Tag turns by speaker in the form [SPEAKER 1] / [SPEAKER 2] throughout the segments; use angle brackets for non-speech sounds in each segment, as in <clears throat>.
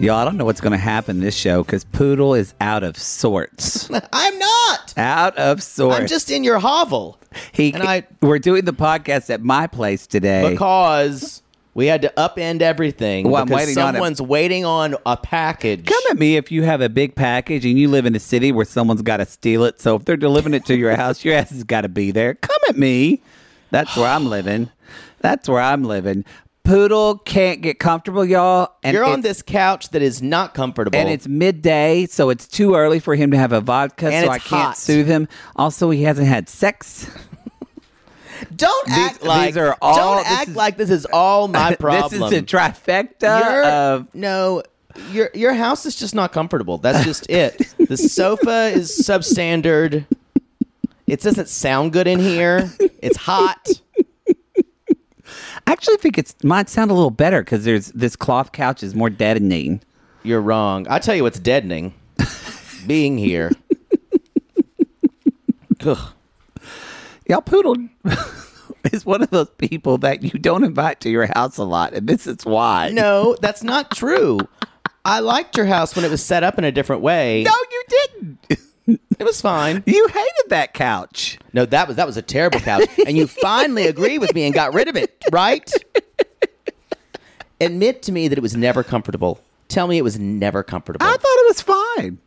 [SPEAKER 1] Y'all, I don't know what's going to happen this show because Poodle is out of sorts.
[SPEAKER 2] I'm not.
[SPEAKER 1] out of sorts.
[SPEAKER 2] I'm just in your hovel
[SPEAKER 1] He,
[SPEAKER 2] and I-
[SPEAKER 1] we're doing the podcast at my place today.
[SPEAKER 2] because we had to upend everything.
[SPEAKER 1] Well, I'm
[SPEAKER 2] because
[SPEAKER 1] waiting on it.
[SPEAKER 2] someone's waiting on a package.
[SPEAKER 1] Come at me if you have a big package and you live in a city where someone's got to steal it. So if they're delivering it to your house, your ass has got to be there. Come at me. That's where I'm living. That's where I'm living. Poodle can't get comfortable, y'all. And
[SPEAKER 2] You're on
[SPEAKER 1] it's-
[SPEAKER 2] this couch that is not comfortable.
[SPEAKER 1] And it's midday, so it's too early for him to have a vodka,
[SPEAKER 2] And
[SPEAKER 1] so
[SPEAKER 2] it's
[SPEAKER 1] I can't
[SPEAKER 2] hot.
[SPEAKER 1] soothe him. Also, he hasn't had sex.
[SPEAKER 2] don't
[SPEAKER 1] These-
[SPEAKER 2] act like
[SPEAKER 1] these are all-
[SPEAKER 2] don't
[SPEAKER 1] this
[SPEAKER 2] act
[SPEAKER 1] is-
[SPEAKER 2] like this is all my problem.
[SPEAKER 1] <laughs> this is the trifecta
[SPEAKER 2] Your-
[SPEAKER 1] of
[SPEAKER 2] no, your your house is just not comfortable. That's
[SPEAKER 1] <laughs>
[SPEAKER 2] just it. The sofa is substandard. It doesn't sound good in here. It's hot.
[SPEAKER 1] I actually think it's might sound a little better because there's this cloth couch is more deadening.
[SPEAKER 2] You're wrong. I tell you what's deadening. Being here. Ugh.
[SPEAKER 1] Y'all poodle <laughs> is one of those people that you don't invite to your house a lot, and this is why.
[SPEAKER 2] No, that's not true. I liked your house when it was set up in a different way.
[SPEAKER 1] no, you didn't. <laughs>
[SPEAKER 2] It was fine.
[SPEAKER 1] You hated that couch.
[SPEAKER 2] No, that was that was a terrible couch. And you finally agreed with me and got rid of it, right? Admit to me that it was never comfortable. Tell me it was never comfortable.
[SPEAKER 1] I thought it was fine.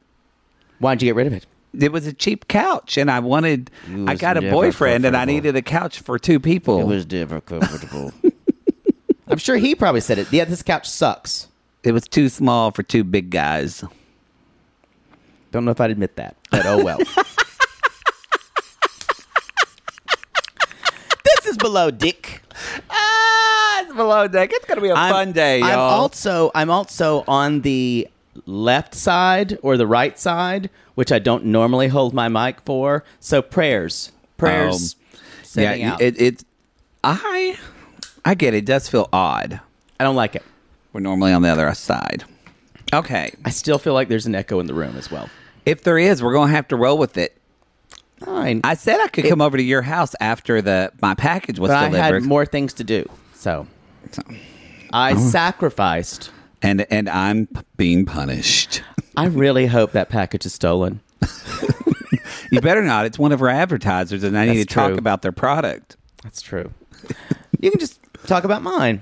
[SPEAKER 2] Why'd you get rid of it?
[SPEAKER 1] It was a cheap couch, and I wanted.
[SPEAKER 2] You
[SPEAKER 1] I
[SPEAKER 2] was
[SPEAKER 1] got a
[SPEAKER 2] never
[SPEAKER 1] boyfriend, and I
[SPEAKER 2] comfortable.
[SPEAKER 1] needed a couch for two people.
[SPEAKER 2] It was never comfortable. <laughs> I'm sure he probably said it. Yeah, this couch sucks.
[SPEAKER 1] It was too small for two big guys.
[SPEAKER 2] Don't know if I'd admit that, but oh well. this is below Dick.
[SPEAKER 1] Ah, it's below deck. It's gonna be a fun day, y'all.
[SPEAKER 2] I'm also I'm also on the left side or the right side, which I don't normally hold my mic for. So prayers, prayers, sending
[SPEAKER 1] yeah,
[SPEAKER 2] out.
[SPEAKER 1] it, it. I, I get it. it. Does feel odd.
[SPEAKER 2] I don't like it.
[SPEAKER 1] We're normally on the other side. Okay.
[SPEAKER 2] I still feel like there's an echo in the room as well.
[SPEAKER 1] If there is, we're gonna have to roll with it.
[SPEAKER 2] Fine,
[SPEAKER 1] I said I could come over to your house after the my package was
[SPEAKER 2] but I
[SPEAKER 1] delivered.
[SPEAKER 2] had more things to do, so I sacrificed.
[SPEAKER 1] and and I'm p- being punished.
[SPEAKER 2] I really hope that package is stolen.
[SPEAKER 1] You better not. It's one of our advertisers, and I need to
[SPEAKER 2] That's
[SPEAKER 1] talk
[SPEAKER 2] true.
[SPEAKER 1] about their product.
[SPEAKER 2] That's true. <laughs> you can just talk about mine.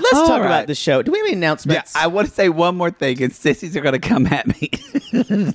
[SPEAKER 2] Let's
[SPEAKER 1] All
[SPEAKER 2] talk
[SPEAKER 1] right.
[SPEAKER 2] about the show. Do we have any
[SPEAKER 1] Yeah,
[SPEAKER 2] announcements?
[SPEAKER 1] I want to say one more thing, and sissies are going to come at me. <laughs>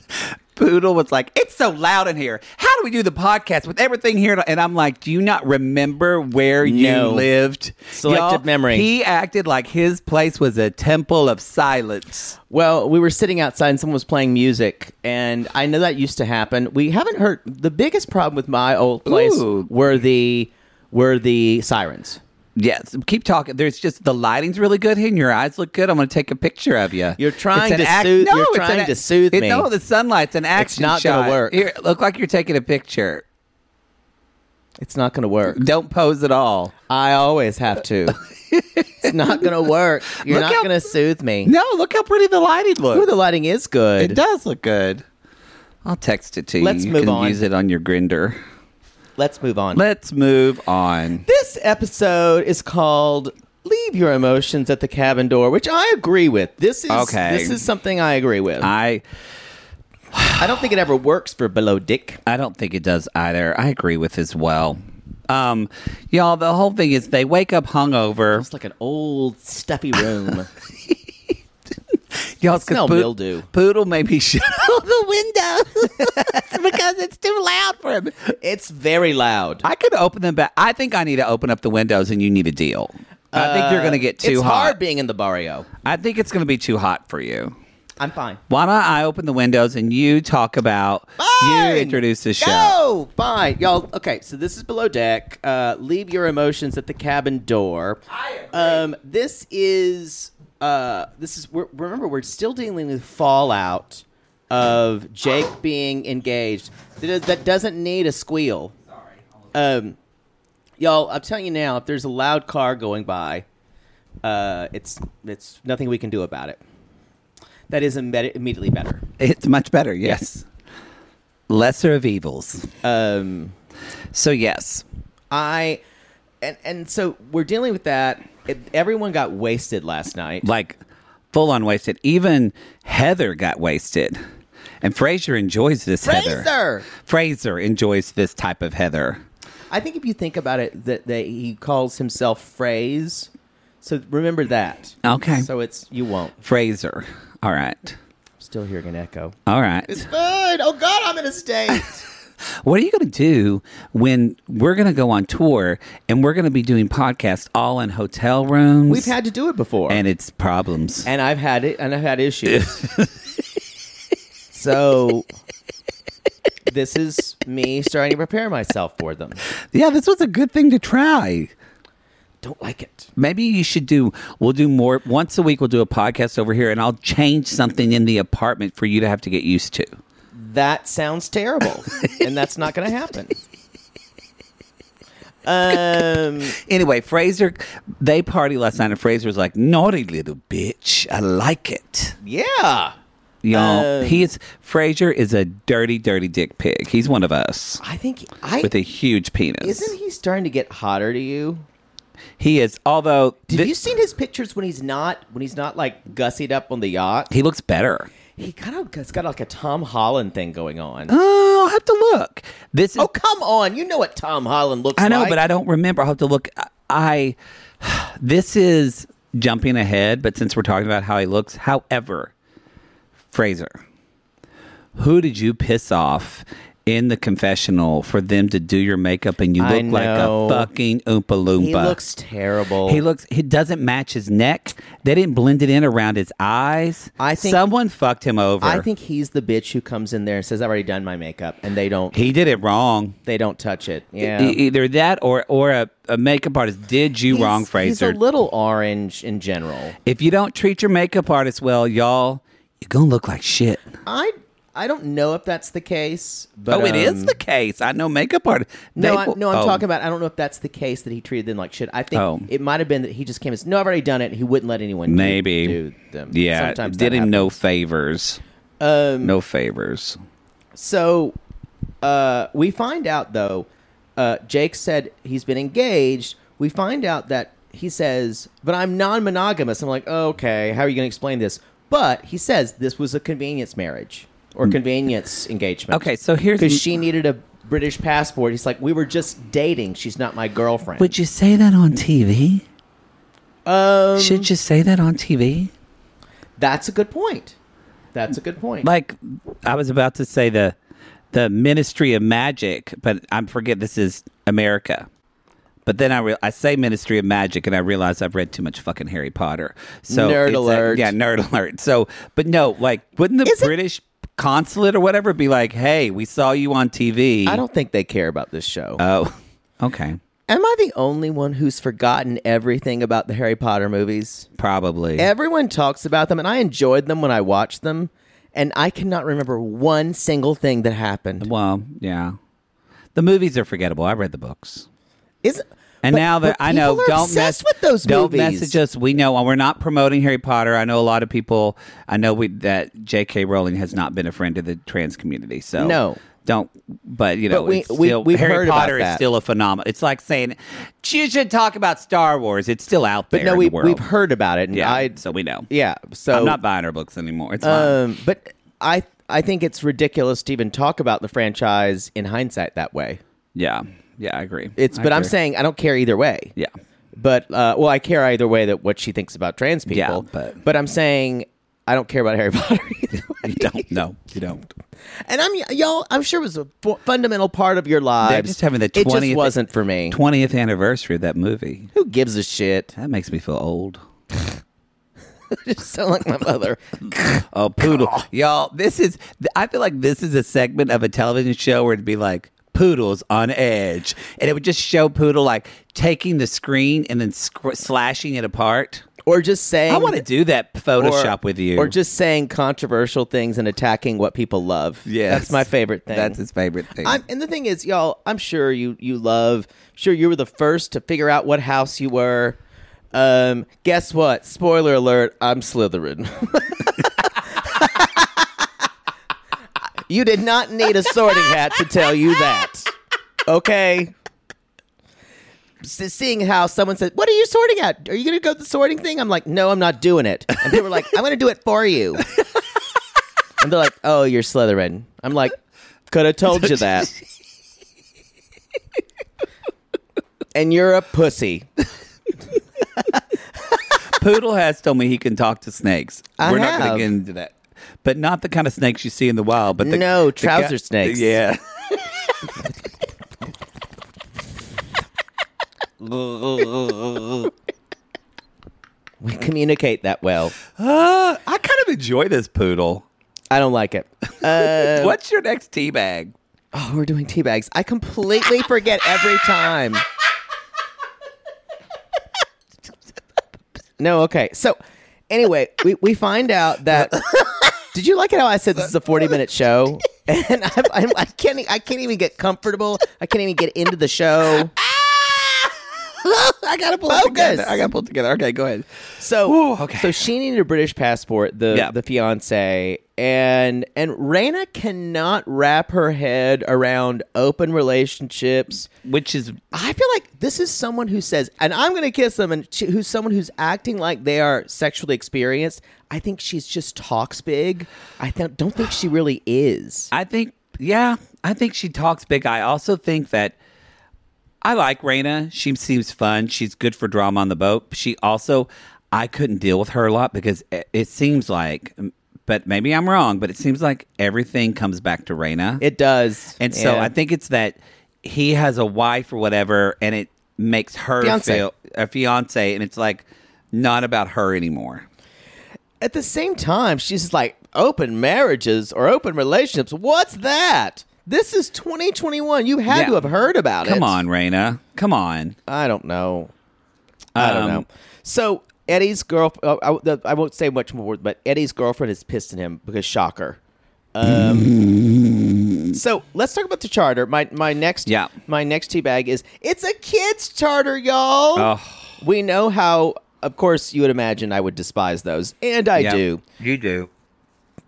[SPEAKER 1] Poodle was like, "It's so loud in here. How do we do the podcast with everything here?" And I'm like, "Do you not remember where
[SPEAKER 2] No.
[SPEAKER 1] you lived?"
[SPEAKER 2] Selective memory.
[SPEAKER 1] He acted like his place was a temple of silence.
[SPEAKER 2] well, we were sitting outside and someone was playing music, and I know that used to happen. We haven't heard the biggest problem with my old place
[SPEAKER 1] Ooh.
[SPEAKER 2] were the were the sirens.
[SPEAKER 1] Yes, keep talking. There's just the lighting's really good here, and your eyes look good. I'm going to take a picture of you.
[SPEAKER 2] You're trying
[SPEAKER 1] It's an
[SPEAKER 2] to soothe- you're
[SPEAKER 1] it's
[SPEAKER 2] trying
[SPEAKER 1] an
[SPEAKER 2] to soothe
[SPEAKER 1] it-
[SPEAKER 2] me.
[SPEAKER 1] No, the sunlight's an action
[SPEAKER 2] not
[SPEAKER 1] going
[SPEAKER 2] gonna work.
[SPEAKER 1] Here, look like you're taking a picture.
[SPEAKER 2] It's not going to work.
[SPEAKER 1] Don't pose at all.
[SPEAKER 2] I always have to. it's not going to work. You're
[SPEAKER 1] Look
[SPEAKER 2] not
[SPEAKER 1] how-
[SPEAKER 2] going to soothe me.
[SPEAKER 1] No, look how pretty the lighting looks.
[SPEAKER 2] Ooh, the lighting is good.
[SPEAKER 1] It does look good. I'll text it to you.
[SPEAKER 2] Let's
[SPEAKER 1] you
[SPEAKER 2] move
[SPEAKER 1] can
[SPEAKER 2] on.
[SPEAKER 1] use it on your grinder.
[SPEAKER 2] Let's move on.
[SPEAKER 1] Let's move on.
[SPEAKER 2] This episode is called "Leave Your Emotions at the Cabin Door," which I agree with. This is
[SPEAKER 1] Okay.
[SPEAKER 2] this is something I agree with.
[SPEAKER 1] I
[SPEAKER 2] I don't think it ever works for below dick.
[SPEAKER 1] I don't think it does either. I agree with as well. Um, y'all, the whole thing is they wake up hungover.
[SPEAKER 2] It's like an old stuffy room.
[SPEAKER 1] Y'all,
[SPEAKER 2] smell
[SPEAKER 1] Pood-
[SPEAKER 2] mildew.
[SPEAKER 1] Poodle made me <laughs> shut out the window
[SPEAKER 2] <laughs>
[SPEAKER 1] because it's too loud for him.
[SPEAKER 2] <laughs> it's very loud.
[SPEAKER 1] I could open them back. I think I need to open up the windows, and you need a deal. I think you're going to get too
[SPEAKER 2] Uh, it's
[SPEAKER 1] hot.
[SPEAKER 2] hard being in the barrio.
[SPEAKER 1] I think it's going to be too hot for you.
[SPEAKER 2] I'm fine.
[SPEAKER 1] Why don't I open the windows and you talk about
[SPEAKER 2] Fine.
[SPEAKER 1] you introduce the show?
[SPEAKER 2] Go! Fine. Y'all, okay, so this is Below Deck. Uh, leave your emotions at the cabin door. Um, this is, uh, this is, we're, remember, we're still dealing with fallout of Jake being engaged. That, is- that doesn't need a squeal. Um, y'all, I'm telling you now, if there's a loud car going by, uh, it's, it's nothing we can do about it. That is imme- immediately better.
[SPEAKER 1] It's much better, yes. Lesser of evils.
[SPEAKER 2] Um,
[SPEAKER 1] So yes.
[SPEAKER 2] I and and so we're dealing with that. It, everyone got wasted last night.
[SPEAKER 1] Like full on wasted. Even Heather got wasted. And Fraser enjoys this Heather.
[SPEAKER 2] Fraser!
[SPEAKER 1] Fraser enjoys this type of Heather.
[SPEAKER 2] I think if you think about it, that that he calls himself phrase. So remember that.
[SPEAKER 1] Okay.
[SPEAKER 2] So it's you won't.
[SPEAKER 1] Fraser. All right.
[SPEAKER 2] Still hearing an echo.
[SPEAKER 1] All right.
[SPEAKER 2] Good. Oh God, I'm in a state.
[SPEAKER 1] What are you going to do when we're going to go on tour and we're going to be doing podcasts all in hotel
[SPEAKER 2] <laughs>
[SPEAKER 1] rooms?
[SPEAKER 2] We've had to do it before,
[SPEAKER 1] and it's problems.
[SPEAKER 2] and I've had it, and I've had
[SPEAKER 1] <laughs>
[SPEAKER 2] issues. so. This is me starting to prepare myself for them.
[SPEAKER 1] yeah, this was a good thing to try.
[SPEAKER 2] Don't like it.
[SPEAKER 1] Maybe you should do. We'll do more once a week. We'll do a podcast over here, and I'll change something in the apartment for you to have to get used to.
[SPEAKER 2] that sounds
[SPEAKER 1] <laughs>
[SPEAKER 2] terrible and that's not going to happen um
[SPEAKER 1] Anyway, Fraser, they party last night, and Fraser was like, "Naughty little bitch, I like it."
[SPEAKER 2] yeah
[SPEAKER 1] Y'all,
[SPEAKER 2] Um,
[SPEAKER 1] he is Fraser is a dirty, dirty dick pig. He's one of us
[SPEAKER 2] i think i
[SPEAKER 1] with a huge penis.
[SPEAKER 2] isn't he starting to get hotter to you
[SPEAKER 1] He is. Although,
[SPEAKER 2] have
[SPEAKER 1] thi-
[SPEAKER 2] you seen his pictures when he's not when he's not like gussied up on the yacht
[SPEAKER 1] He
[SPEAKER 2] <gasps>
[SPEAKER 1] looks better.
[SPEAKER 2] he kind of has got like a tom holland thing going on
[SPEAKER 1] Oh, I'll have to look. This is.
[SPEAKER 2] oh come on you know what tom holland looks
[SPEAKER 1] I know,
[SPEAKER 2] like
[SPEAKER 1] but I don't remember. I'll have to look. I. <sighs> This is jumping ahead, but since we're talking about how he looks, however, Fraser, who did you piss off in the confessional for them to do your makeup and you
[SPEAKER 2] I
[SPEAKER 1] look like a
[SPEAKER 2] know.
[SPEAKER 1] fucking oompa loompa?
[SPEAKER 2] he looks terrible
[SPEAKER 1] He looks. He doesn't match his neck. They didn't blend it in around his eyes.
[SPEAKER 2] I think-
[SPEAKER 1] someone fucked him over.
[SPEAKER 2] i think he's the bitch who comes in there and says i've already done my makeup and they don't
[SPEAKER 1] he did it wrong.
[SPEAKER 2] they don't touch it yeah
[SPEAKER 1] E- Either that or or a, a makeup artist did you
[SPEAKER 2] He's-
[SPEAKER 1] wrong, Fraser.
[SPEAKER 2] He's a little orange in general.
[SPEAKER 1] if you don't treat your makeup artist well, y'all, you're gonna look like shit.
[SPEAKER 2] I I don't know if that's the case, but
[SPEAKER 1] oh, it is
[SPEAKER 2] um,
[SPEAKER 1] the case. I know makeup artists.
[SPEAKER 2] No, I, no, I'm talking about. I don't know if that's the case that he treated them like shit. I think
[SPEAKER 1] Oh.
[SPEAKER 2] it might have been that he just came and said, "No, I've already done it." And he wouldn't let anyone do-
[SPEAKER 1] maybe.
[SPEAKER 2] do, them.
[SPEAKER 1] Yeah,
[SPEAKER 2] Sometimes
[SPEAKER 1] did
[SPEAKER 2] that
[SPEAKER 1] him no
[SPEAKER 2] happens.
[SPEAKER 1] favors.
[SPEAKER 2] Um,
[SPEAKER 1] No favors.
[SPEAKER 2] So uh, we find out though. Uh, Jake said he's been engaged. We find out that he says, "But I'm non-monogamous." I'm like, oh, "Okay, how are you going to explain this?" But he says this was a convenience marriage or convenience engagement.
[SPEAKER 1] Mm. Okay, so here's
[SPEAKER 2] because she needed a British passport. He's like, we were just dating. She's not my girlfriend.
[SPEAKER 1] Would you say that on TV?
[SPEAKER 2] um,
[SPEAKER 1] Should you say that on TV?
[SPEAKER 2] that's a good point. That's a good point.
[SPEAKER 1] like I was about to say the the Ministry of Magic, but I forget this is America. But then I re- I say Ministry of Magic, and I realize I've read too much fucking Harry Potter. So
[SPEAKER 2] Nerd
[SPEAKER 1] it's a-
[SPEAKER 2] alert.
[SPEAKER 1] yeah, nerd <laughs> alert. So, but no, like, wouldn't the
[SPEAKER 2] Is it-
[SPEAKER 1] British consulate or whatever be like, "Hey, we saw you on TV."
[SPEAKER 2] I don't think they care about this show.
[SPEAKER 1] Oh, okay,
[SPEAKER 2] Am I the only one who's forgotten everything about the Harry Potter movies?
[SPEAKER 1] probably.
[SPEAKER 2] Everyone talks about them, and I enjoyed them when I watched them, and I cannot remember one single thing that happened.
[SPEAKER 1] well, yeah. The movies are forgettable. I read the books.
[SPEAKER 2] Is
[SPEAKER 1] And
[SPEAKER 2] but-
[SPEAKER 1] now that
[SPEAKER 2] but
[SPEAKER 1] I know,
[SPEAKER 2] people are
[SPEAKER 1] don't mess
[SPEAKER 2] obsessed with those
[SPEAKER 1] Don't
[SPEAKER 2] movies.
[SPEAKER 1] message us. We know we're not promoting Harry Potter. I know a lot of people. I know we, that J.K. Rowling has not been a friend of the trans community. So
[SPEAKER 2] No.
[SPEAKER 1] don't. But you know,
[SPEAKER 2] But we-
[SPEAKER 1] it's
[SPEAKER 2] we-
[SPEAKER 1] still,
[SPEAKER 2] we've
[SPEAKER 1] Harry
[SPEAKER 2] heard about
[SPEAKER 1] Potter is
[SPEAKER 2] that.
[SPEAKER 1] still a phenomenon. It's like saying you should talk about Star Wars. It's still out there.
[SPEAKER 2] But no,
[SPEAKER 1] in
[SPEAKER 2] we,
[SPEAKER 1] the world.
[SPEAKER 2] we've heard about it, and
[SPEAKER 1] Yeah,
[SPEAKER 2] I uh,
[SPEAKER 1] so we know.
[SPEAKER 2] yeah. So
[SPEAKER 1] I'm not buying her books anymore. It's fine.
[SPEAKER 2] Um, but I I think it's ridiculous to even talk about the franchise in hindsight that way.
[SPEAKER 1] Yeah. Yeah, I agree.
[SPEAKER 2] It's,
[SPEAKER 1] I
[SPEAKER 2] but I'm
[SPEAKER 1] agree.
[SPEAKER 2] saying I don't care either way.
[SPEAKER 1] Yeah.
[SPEAKER 2] But uh, well, I care either way that what she thinks about trans people.
[SPEAKER 1] Yeah, but-
[SPEAKER 2] I'm saying I don't care about Harry <laughs> Potter either. way.
[SPEAKER 1] You don't. No, you
[SPEAKER 2] <laughs>
[SPEAKER 1] don't.
[SPEAKER 2] And I'm y'all. I'm sure it was a fu- fundamental part of your lives.
[SPEAKER 1] They're just having the
[SPEAKER 2] It
[SPEAKER 1] 20th.
[SPEAKER 2] just wasn't for me.
[SPEAKER 1] 20th anniversary of that movie.
[SPEAKER 2] Who gives a shit?
[SPEAKER 1] That makes me feel old.
[SPEAKER 2] <laughs> just sound like my mother.
[SPEAKER 1] Oh, poodle. Y'all, this is, th- I feel like this is a segment of a television show where it'd be like, Poodles on edge. And it would just show Poodle like taking the screen and then squ- slashing it apart.
[SPEAKER 2] or just saying
[SPEAKER 1] I want to do that Photoshop with you.
[SPEAKER 2] or just saying controversial things and attacking what people love.
[SPEAKER 1] Yes.
[SPEAKER 2] that's my favorite thing.
[SPEAKER 1] That's his favorite
[SPEAKER 2] <laughs>
[SPEAKER 1] thing.
[SPEAKER 2] I'm, and the thing is, y'all, I'm sure you you love. Sure, you were the first to figure out what house you were. Um, guess what? Spoiler alert: I'm Slytherin. <laughs> you did not need a sorting hat to tell you that. Okay. S- Seeing how someone said, "What are you sorting at? Are you going to go to the sorting thing?" I'm like, "No, I'm not doing it." And people were like, "I'm going to do it for you." and they're like, "Oh, you're Slytherin." I'm like, "Could have told you that." and you're a pussy.
[SPEAKER 1] Poodle has told me he can talk to snakes.
[SPEAKER 2] I
[SPEAKER 1] We're not going
[SPEAKER 2] have.
[SPEAKER 1] to get into that. But not the kind of snakes you see in the wild, but the
[SPEAKER 2] No,
[SPEAKER 1] the ki-
[SPEAKER 2] trouser snakes.
[SPEAKER 1] Yeah. <laughs>
[SPEAKER 2] We communicate that well.
[SPEAKER 1] Uh, I kind of enjoy this poodle.
[SPEAKER 2] I don't like it. Uh,
[SPEAKER 1] What's your next tea bag?
[SPEAKER 2] Oh, we're doing tea bags. I completely forget every time. No, okay. So, anyway, we, we find out that. Did you like it how I said this is a forty-minute show, <laughs> and I'm, I'm, I can't e- I can't even get comfortable. I can't even get into the show.
[SPEAKER 1] <laughs> I gotta pull
[SPEAKER 2] it
[SPEAKER 1] it
[SPEAKER 2] together.
[SPEAKER 1] together. I gotta pull it together. Okay, go ahead.
[SPEAKER 2] So,
[SPEAKER 1] Ooh, okay.
[SPEAKER 2] so she needed a British passport. The
[SPEAKER 1] Yeah.
[SPEAKER 2] the fiance and and Raina cannot wrap her head around open relationships.
[SPEAKER 1] Which is
[SPEAKER 2] I feel like this is someone who says, and I'm going to kiss them, and she, who's someone who's acting like they are sexually experienced. I think she's just talks big. I th- don't think she really is.
[SPEAKER 1] I think yeah, I think she talks big. I also think that I like Raina. She seems fun. She's good for drama on the boat. She also I couldn't deal with her a lot because it, it seems like but maybe I'm wrong, but it seems like everything comes back to Raina.
[SPEAKER 2] It does.
[SPEAKER 1] And so
[SPEAKER 2] Yeah.
[SPEAKER 1] I think it's that he has a wife or whatever, and it makes her
[SPEAKER 2] Fiance.
[SPEAKER 1] feel a fiance, and it's like not about her anymore.
[SPEAKER 2] at the same time, she's just like, open marriages or open relationships. What's that? This is 2021. You had
[SPEAKER 1] Yeah.
[SPEAKER 2] to have heard about it.
[SPEAKER 1] Come on, Raina. Come on.
[SPEAKER 2] I don't know. I don't
[SPEAKER 1] Um,
[SPEAKER 2] know. So Eddie's girlfriend. I, the- I won't say much more, but Eddie's girlfriend is pissed at him because shocker.
[SPEAKER 1] <laughs>
[SPEAKER 2] Um, so let's talk about the charter. My my next
[SPEAKER 1] Yeah.
[SPEAKER 2] my next tea bag is it's a kids charter, y'all.
[SPEAKER 1] Ugh.
[SPEAKER 2] We know how. Of course, you would imagine I would despise those, and I
[SPEAKER 1] Yeah.
[SPEAKER 2] do
[SPEAKER 1] You do.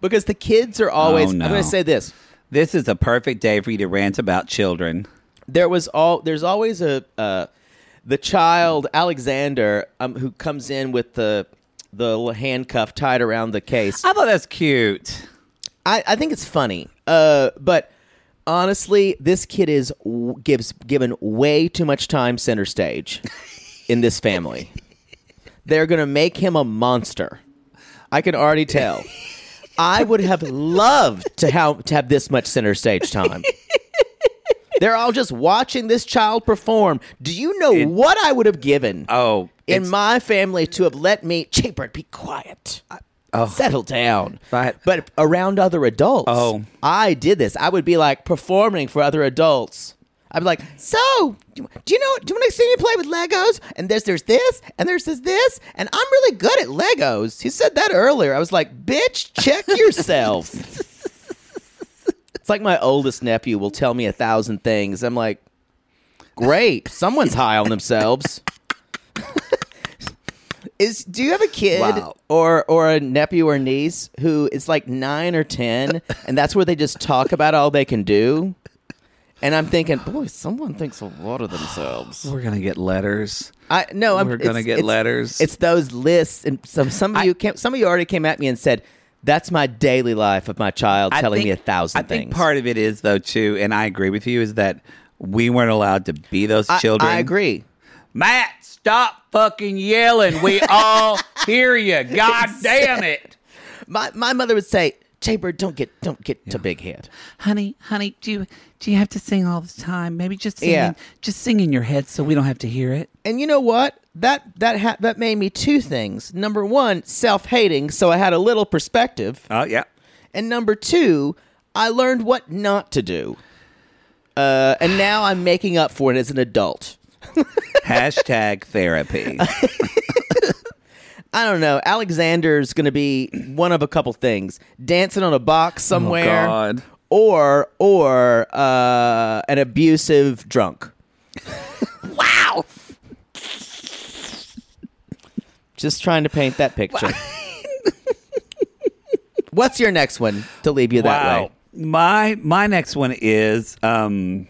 [SPEAKER 2] because the kids are always.
[SPEAKER 1] Oh, no.
[SPEAKER 2] I'm going to say this:
[SPEAKER 1] This is a perfect day for you to rant about children.
[SPEAKER 2] there was all there's always a uh, the child Alexander um, who comes in with the the l- handcuff tied around the case.
[SPEAKER 1] I thought that's cute.
[SPEAKER 2] I, I think it's funny, uh, but honestly, this kid is w- gives given way too much time center stage in this family. They're gonna make him a monster. I can already tell. I would have loved to have to have this much center stage time. They're all just watching this child perform. Do you know what I would have given
[SPEAKER 1] Oh,
[SPEAKER 2] in
[SPEAKER 1] it's-
[SPEAKER 2] my family to have let me, Cheaper, be quiet. Settle down.
[SPEAKER 1] oh. But-
[SPEAKER 2] but around other adults.
[SPEAKER 1] Oh.
[SPEAKER 2] I did this. I would be like performing for other adults. I'd be like, so do do you know? Do you want to see me play with Legos? And there's there's this, and there's this this, and I'm really good at Legos. He said that earlier. I was like, bitch, check yourself. it's like my oldest nephew will tell me a thousand things. I'm like, great, someone's high on themselves. <laughs> Is do you have a kid
[SPEAKER 1] Wow.
[SPEAKER 2] or or a nephew or niece who is like nine or ten, and that's where they just talk about all they can do? And I'm thinking, boy, someone thinks a lot of themselves.
[SPEAKER 1] we're gonna get letters.
[SPEAKER 2] <sighs> I no, I'm,
[SPEAKER 1] We're
[SPEAKER 2] it's-
[SPEAKER 1] gonna get
[SPEAKER 2] it's-
[SPEAKER 1] letters.
[SPEAKER 2] It's those lists, and some some of you came, some of you already came at me and said That's my daily life of my child telling me a thousand
[SPEAKER 1] I
[SPEAKER 2] things.
[SPEAKER 1] think part of it is though too, and I agree with you, is that we weren't allowed to be those children.
[SPEAKER 2] I, I agree.
[SPEAKER 1] Matt, stop fucking yelling. <laughs> We all hear you. God damn it.
[SPEAKER 2] My my mother would say, "Jaybird, don't get don't get to big head."
[SPEAKER 1] Honey, honey, do you do you have to sing all the time? Maybe just sing
[SPEAKER 2] Yeah.
[SPEAKER 1] in, just sing in your head so we don't have to hear it.
[SPEAKER 2] And you know what? That that ha- that made me two things. Number one, self-hating, so I had a little perspective.
[SPEAKER 1] Oh yeah.
[SPEAKER 2] And number two, I learned what not to do. Uh, and now I'm making up for it as an adult.
[SPEAKER 1] Hashtag <laughs> therapy.
[SPEAKER 2] I don't know. Alexander's going to be one of a couple things: dancing on a box somewhere,
[SPEAKER 1] God.
[SPEAKER 2] or or uh, an abusive drunk. wow. Just trying to paint that picture. What's your next one to leave you that way?
[SPEAKER 1] My my next one is um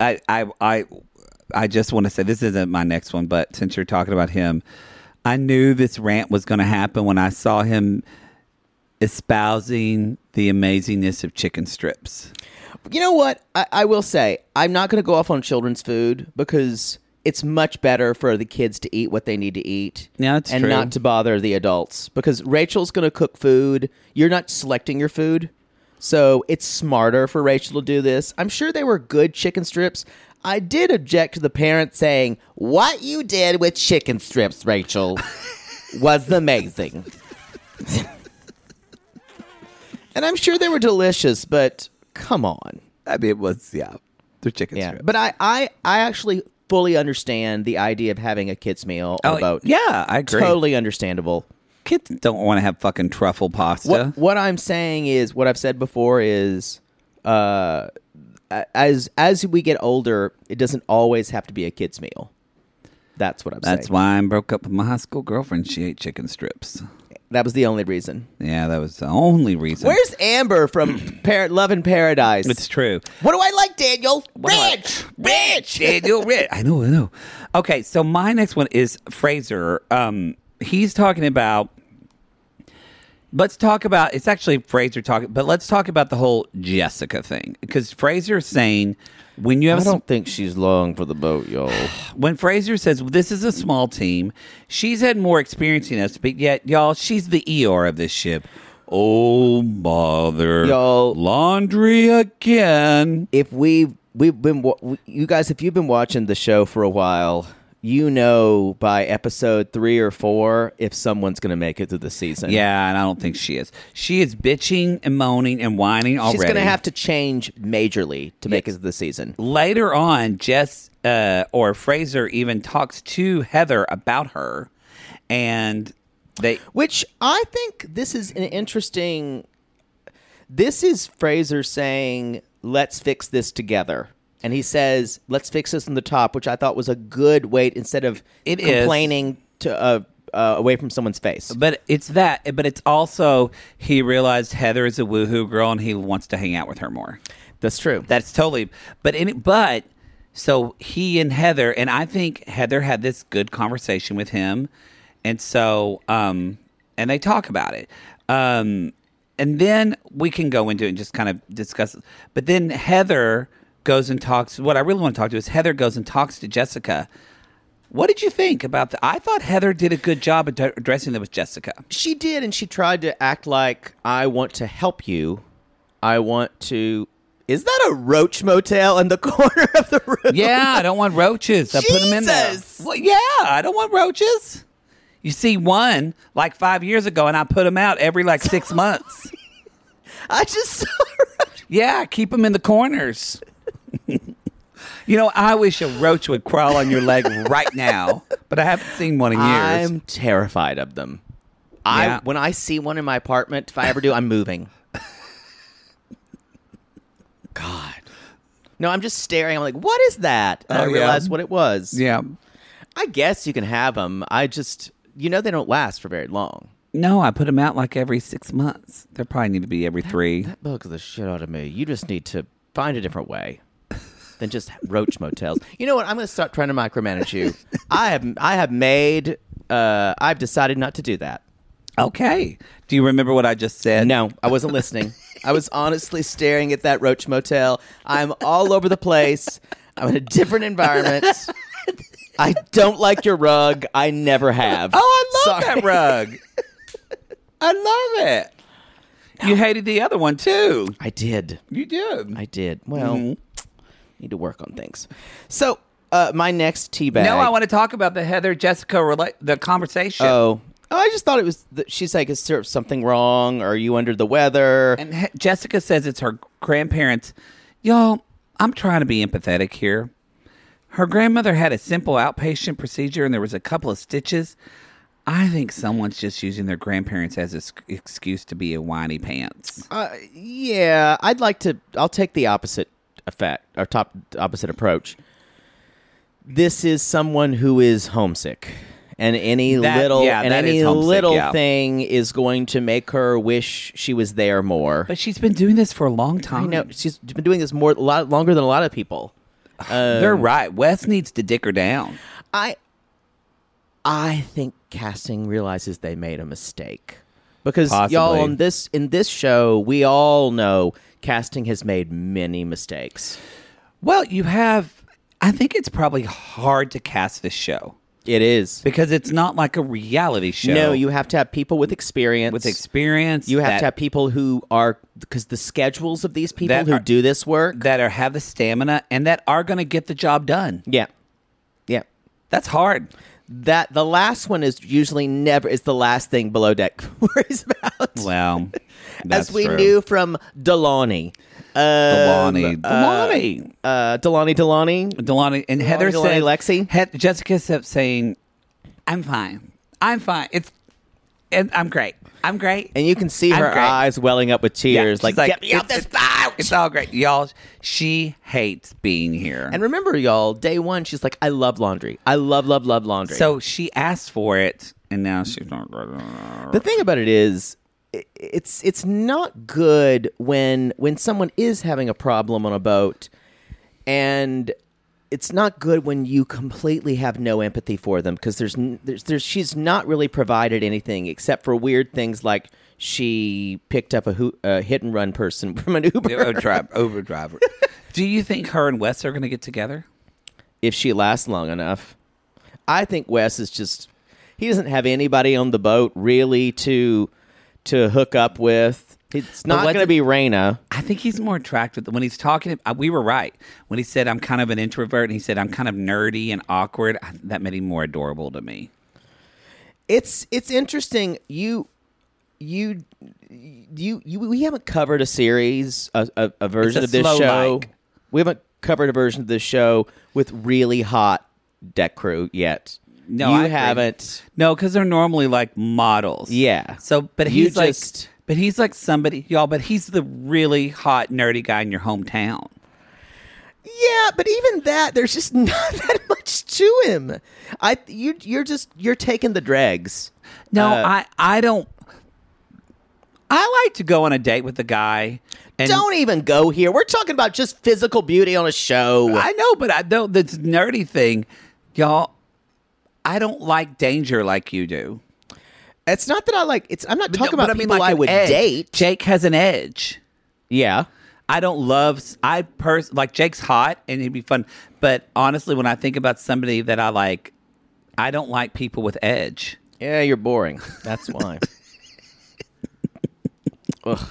[SPEAKER 1] I I I I just want to say this isn't my next one, but since you're talking about him, I knew this rant was going to happen when I saw him espousing the amazingness of chicken strips.
[SPEAKER 2] You know what? I, I will say I'm not going to go off on children's food because it's much better for the kids to eat what they need to eat.
[SPEAKER 1] Yeah, that's
[SPEAKER 2] and
[SPEAKER 1] true.
[SPEAKER 2] not to bother the adults because Rachel's going to cook food. You're not selecting your food, so it's smarter for Rachel to do this. I'm sure they were good chicken strips. I did object to the parents saying what you did with chicken strips,
[SPEAKER 1] <laughs>
[SPEAKER 2] Rachel, was amazing. and I'm sure they were delicious, but come on.
[SPEAKER 1] I mean, it was yeah, they're chicken
[SPEAKER 2] Yeah,
[SPEAKER 1] strips.
[SPEAKER 2] but I, I, I actually fully understand the idea of having a kids meal on
[SPEAKER 1] Oh,
[SPEAKER 2] a boat.
[SPEAKER 1] yeah, I agree.
[SPEAKER 2] totally understandable.
[SPEAKER 1] Kids don't want to have fucking truffle pasta.
[SPEAKER 2] What, what I'm saying is, what I've said before is, uh, a- as as we get older, it doesn't always have to be a kids meal. That's what I'm
[SPEAKER 1] That's
[SPEAKER 2] saying.
[SPEAKER 1] why I broke up with my high school girlfriend. She ate chicken strips.
[SPEAKER 2] That was the only reason.
[SPEAKER 1] Yeah, that was the only reason.
[SPEAKER 2] Where's Amber from Par- Love in Paradise?
[SPEAKER 1] it's true.
[SPEAKER 2] what do I like, Daniel?
[SPEAKER 1] do I-
[SPEAKER 2] Ranch, ranch.
[SPEAKER 1] Daniel Rich. I know, I know. Okay, so my next one is Fraser. Um, he's talking about. Let's talk about. It's actually Fraser talking, but let's talk about the whole Jessica thing because Fraser is saying when you have
[SPEAKER 2] I
[SPEAKER 1] some-
[SPEAKER 2] don't think she's long for the boat, y'all.
[SPEAKER 1] when Fraser says well, this is a small team, she's had more experience than us, but yet y'all, she's the ER of this ship. Oh mother,
[SPEAKER 2] Y'all-
[SPEAKER 1] laundry again.
[SPEAKER 2] if we we've been wa- we- you guys if you've been watching the show for a while you know by episode three or four if someone's gonna make it through the season
[SPEAKER 1] Yeah, and I don't think she is. She is bitching and moaning and whining already.
[SPEAKER 2] she's gonna have to change majorly to make it through the season
[SPEAKER 1] Later on, Jess uh, or Fraser even talks to Heather about her, and they
[SPEAKER 2] which i think this is an interesting this is fraser saying let's fix this together and he says let's fix this from the top which i thought was a good way instead of
[SPEAKER 1] It is.
[SPEAKER 2] complaining to uh, uh, away from someone's face
[SPEAKER 1] But it's that. But it's also he realized Heather is a woohoo girl, and he wants to hang out with her more.
[SPEAKER 2] that's true
[SPEAKER 1] That's totally. But in but so he and Heather, and I think Heather had this good conversation with him, and so um, and they talk about it, um, and then we can go into it and just kind of discuss. it. But then Heather goes and talks. What I really want to talk to is Heather goes and talks to Jessica. What did you think about the? I thought Heather did a good job at addressing that with Jessica.
[SPEAKER 2] she did and she tried to act like i want to help you i want to is that a roach motel in the <laughs> corner of the room
[SPEAKER 1] Yeah, I don't want roaches. I put them in there.
[SPEAKER 2] Jesus!
[SPEAKER 1] Well, yeah, I don't want roaches. You see one like five years ago, and I put them out every like
[SPEAKER 2] <laughs>
[SPEAKER 1] six months.
[SPEAKER 2] <laughs> i just saw a roach.
[SPEAKER 1] Yeah, I keep them in the corners. <laughs> you know, I wish a roach would crawl on your leg right now, but I haven't seen one in years.
[SPEAKER 2] i'm terrified of them i
[SPEAKER 1] Yeah.
[SPEAKER 2] when i see one in my apartment if i ever do i'm
[SPEAKER 1] <laughs>
[SPEAKER 2] moving god no i'm just staring i'm like what is that and
[SPEAKER 1] Oh,
[SPEAKER 2] i
[SPEAKER 1] yeah.
[SPEAKER 2] realized what it was
[SPEAKER 1] yeah.
[SPEAKER 2] i guess you can have them i just you know they don't last for very long
[SPEAKER 1] No, I put them out like every six months. They probably need to be every three.
[SPEAKER 2] That bugs the shit out of me. You just need to find a different way than just roach motels. You know what? I'm going to start trying to <laughs> micromanage you. I have I have made uh, I've decided not to do that.
[SPEAKER 1] Okay. Do you remember what I just said?
[SPEAKER 2] No, I wasn't listening. <laughs> I was honestly staring at that Roach Motel. I'm all over the place. I'm in a different environment. I don't like your rug. I never have.
[SPEAKER 1] Oh, I love
[SPEAKER 2] Sorry.
[SPEAKER 1] that rug. I love it. You hated the other one too.
[SPEAKER 2] I did.
[SPEAKER 1] You did.
[SPEAKER 2] I did. Well, need to work on things. So, uh, my next tea bag.
[SPEAKER 1] no, I want to talk about the Heather Jessica rela- the conversation.
[SPEAKER 2] Oh. Oh, I just thought it was. That she's like, is there something wrong? Are you under the weather?
[SPEAKER 1] And he- Jessica says it's her grandparents. Y'all, I'm trying to be empathetic here. Her grandmother had a simple outpatient procedure and there was a couple of stitches. I think someone's just using their grandparents as an excuse to be a whiny
[SPEAKER 2] <laughs>
[SPEAKER 1] pants.
[SPEAKER 2] Uh, yeah, I'd like to. I'll take the opposite effect or top opposite approach. This is someone who is homesick, and any
[SPEAKER 1] That-
[SPEAKER 2] little
[SPEAKER 1] yeah,
[SPEAKER 2] and
[SPEAKER 1] that
[SPEAKER 2] any
[SPEAKER 1] is homesick,
[SPEAKER 2] little
[SPEAKER 1] yeah.
[SPEAKER 2] thing is going to make her wish she was there more.
[SPEAKER 1] But she's been doing this for a long
[SPEAKER 2] I
[SPEAKER 1] time.
[SPEAKER 2] know she's been doing this more a lot longer than a lot of people.
[SPEAKER 1] They're right. Wes needs to dick her down.
[SPEAKER 2] I I think casting realizes they made a mistake. Because y'all
[SPEAKER 1] Possibly.
[SPEAKER 2] on this in this show, we all know casting has made many mistakes.
[SPEAKER 1] Well, you have. I think it's probably hard to cast this show
[SPEAKER 2] It is.
[SPEAKER 1] because it's not like a reality show.
[SPEAKER 2] No, you have to have people with experience.
[SPEAKER 1] with experience.
[SPEAKER 2] You have
[SPEAKER 1] that-
[SPEAKER 2] to have people who are because the schedules of these people
[SPEAKER 1] That
[SPEAKER 2] who
[SPEAKER 1] are-
[SPEAKER 2] do this work.
[SPEAKER 1] that are have the stamina and that are going to get the job done.
[SPEAKER 2] yeah, yeah.
[SPEAKER 1] That's hard.
[SPEAKER 2] That the last one is usually never is the last thing below deck <laughs> worries about.
[SPEAKER 1] <laughs> Well,
[SPEAKER 2] As we knew from Delaney,
[SPEAKER 1] Delaney, um, Delaney,
[SPEAKER 2] uh, Delaney, Delaney.
[SPEAKER 1] Delaney, and Heather
[SPEAKER 2] Delaney,
[SPEAKER 1] said,
[SPEAKER 2] Lexi?
[SPEAKER 1] He- Jessica kept saying, "I'm fine. I'm fine. It's, and I'm great. I'm great."
[SPEAKER 2] And you can see
[SPEAKER 1] I'm
[SPEAKER 2] her
[SPEAKER 1] great.
[SPEAKER 2] eyes welling up with
[SPEAKER 1] Yeah,
[SPEAKER 2] tears,
[SPEAKER 1] she's
[SPEAKER 2] like, "Get me out
[SPEAKER 1] it's-
[SPEAKER 2] this boat!"
[SPEAKER 1] It's all great, y'all. She hates being here,
[SPEAKER 2] And remember, y'all, day one, she's like, "I love laundry. I love, love, love laundry."
[SPEAKER 1] so she asked for it, and now she's not.
[SPEAKER 2] the thing about it is i- it's it's not good when when someone is having a problem on a boat and it's not good when you completely have no empathy for them because there's, n- there's there's she's not really provided anything except for weird things like she picked up a, hoo- a hit and run person <laughs> from an Uber
[SPEAKER 1] Overdrive, overdriver. <laughs> Do you think her and Wes are going to get together?
[SPEAKER 2] if she lasts long enough. I think Wes is just he doesn't have anybody on the boat really to to hook up with. It's not
[SPEAKER 1] what
[SPEAKER 2] going to
[SPEAKER 1] did-
[SPEAKER 2] be Raina.
[SPEAKER 1] I think he's more attractive when he's talking. uh, We were right when he said, "I'm kind of an introvert," and he said, "I'm kind of nerdy and awkward." I- That made him more adorable to me.
[SPEAKER 2] It's it's interesting. You you you you we haven't covered a series a, a, a version
[SPEAKER 1] a
[SPEAKER 2] of this
[SPEAKER 1] slow
[SPEAKER 2] show.
[SPEAKER 1] like.
[SPEAKER 2] We haven't covered a version of this show with really hot deck crew yet.
[SPEAKER 1] No,
[SPEAKER 2] you
[SPEAKER 1] I agree.
[SPEAKER 2] haven't.
[SPEAKER 1] No, because they're normally like models.
[SPEAKER 2] Yeah.
[SPEAKER 1] So, but
[SPEAKER 2] You
[SPEAKER 1] he's like,
[SPEAKER 2] just-
[SPEAKER 1] but he's like somebody, y'all. But he's the really hot nerdy guy in your hometown.
[SPEAKER 2] Yeah, but even that, there's just <laughs> not that much to him. I you you're just you're taking the dregs.
[SPEAKER 1] No, I I don't. I like to go on a date with a guy. And
[SPEAKER 2] Don't even go here. We're talking about just physical beauty on a show.
[SPEAKER 1] I know, but I know this nerdy thing, y'all. I don't like danger like you do.
[SPEAKER 2] it's not that I like. It's I'm not talking
[SPEAKER 1] But
[SPEAKER 2] about
[SPEAKER 1] I mean,
[SPEAKER 2] people
[SPEAKER 1] like
[SPEAKER 2] I
[SPEAKER 1] an
[SPEAKER 2] would
[SPEAKER 1] edge.
[SPEAKER 2] date.
[SPEAKER 1] Jake has an edge.
[SPEAKER 2] Yeah,
[SPEAKER 1] I don't love. I pers like Jake's hot and he'd be fun, but honestly, when I think about somebody that I like, I don't like people with edge.
[SPEAKER 2] yeah, you're boring. That's <laughs> why. Ugh.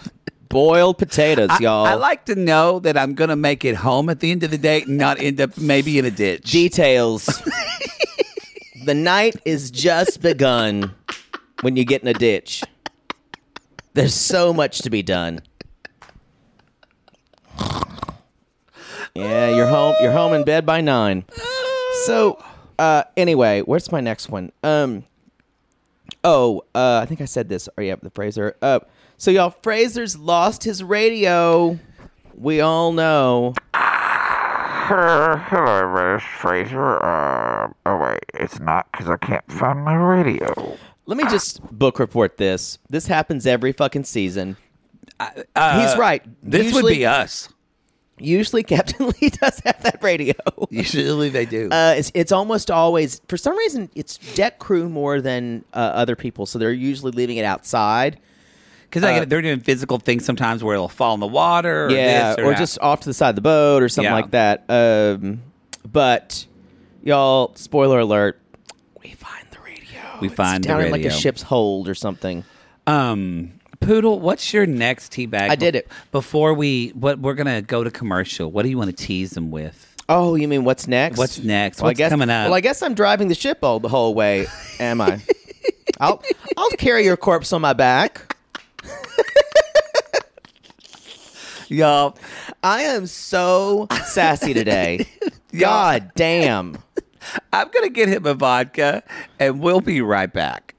[SPEAKER 2] Boiled potatoes, y'all.
[SPEAKER 1] I like to know that I'm gonna make it home at the end of the day and not end up maybe in a ditch.
[SPEAKER 2] details. the night is just begun when you get in a ditch. There's so much to be done. Yeah, you're home. You're home in bed by nine. So, uh, anyway, where's my next one? Um, oh, uh, I think I said this. Oh, yeah, the Fraser. Uh, so y'all, Fraser's lost his radio. We all know.
[SPEAKER 3] Uh, hello, Rose Fraser. Uh, oh wait, it's not because I can't find my radio.
[SPEAKER 2] Let
[SPEAKER 4] Ah.
[SPEAKER 2] me just book report this.
[SPEAKER 4] uh,
[SPEAKER 2] This happens every fucking season. He's right.
[SPEAKER 1] This
[SPEAKER 2] Usually-
[SPEAKER 1] <laughs> would be us.
[SPEAKER 2] Usually, Captain <laughs> Lee does have that radio.
[SPEAKER 4] Usually they do.
[SPEAKER 2] Uh, it's, it's almost always for some reason it's deck crew more than uh, other people, so they're usually leaving it outside.
[SPEAKER 4] Because
[SPEAKER 1] uh,
[SPEAKER 4] I get it, they're doing physical things sometimes where it'll fall in the water. Or
[SPEAKER 2] yeah,
[SPEAKER 4] this
[SPEAKER 2] or
[SPEAKER 4] that.
[SPEAKER 2] just off to the side of the boat or something
[SPEAKER 4] Yeah.
[SPEAKER 2] like that. Um, but y'all, spoiler alert: we find the radio.
[SPEAKER 4] We
[SPEAKER 2] It's
[SPEAKER 4] find the
[SPEAKER 2] down in like
[SPEAKER 4] radio.
[SPEAKER 2] a ship's hold or something.
[SPEAKER 4] Um, Poodle, what's your next tea bag?
[SPEAKER 2] I did it.
[SPEAKER 4] Before we, what we're gonna go to commercial. What do you want to tease them with?
[SPEAKER 2] Oh, you mean what's next?
[SPEAKER 4] What's next?
[SPEAKER 2] Well, I
[SPEAKER 4] What's
[SPEAKER 2] guess,
[SPEAKER 4] coming up?
[SPEAKER 2] Well, I guess I'm driving the ship all the whole way. Am I?
[SPEAKER 4] <laughs>
[SPEAKER 2] I'll I'll carry your corpse on my back.
[SPEAKER 4] Y'all,
[SPEAKER 2] I am so
[SPEAKER 4] <laughs>
[SPEAKER 2] sassy today. God damn.
[SPEAKER 4] I'm gonna get him a vodka, and we'll be right back.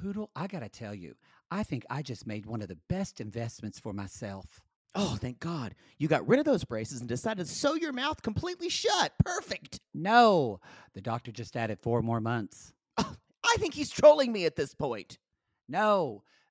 [SPEAKER 1] Poodle, I gotta tell you, I think I just made one of the best investments for myself.
[SPEAKER 2] Oh, thank God. You got rid of those braces and decided to sew your mouth completely shut. Perfect.
[SPEAKER 1] No, the doctor just added four more months.
[SPEAKER 2] I think he's trolling me at this point.
[SPEAKER 1] No,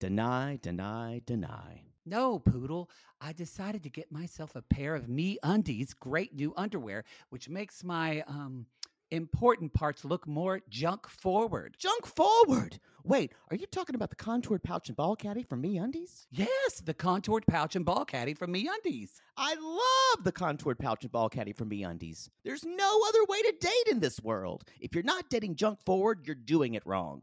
[SPEAKER 2] Deny, deny, deny.
[SPEAKER 1] No, Poodle. I decided to get myself a pair of Me Undies, great new underwear, which makes my um important parts look more junk forward.
[SPEAKER 2] Junk forward. Wait, are you talking about the contoured pouch and ball caddy from Me Undies?
[SPEAKER 1] Yes, the contoured pouch and ball caddy from Me Undies.
[SPEAKER 2] I love the contoured pouch and ball caddy from MeUndies. There's no other way to date in this world. If you're not dating junk forward, you're doing it wrong.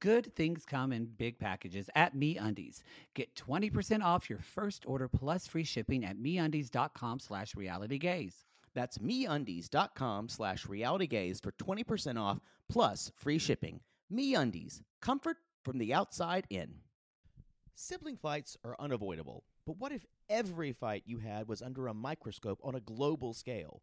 [SPEAKER 1] good things come in big packages at MeUndies. Get 20% off your first order plus free shipping at MeUndies.com slash realitygaze.
[SPEAKER 2] That's meundies.com slash realitygaze for 20% off plus free shipping. MeUndies, comfort from the outside in. Sibling fights are unavoidable, but what if every fight you had was under a microscope on a global scale?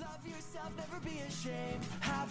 [SPEAKER 5] Love yourself, never be ashamed. Have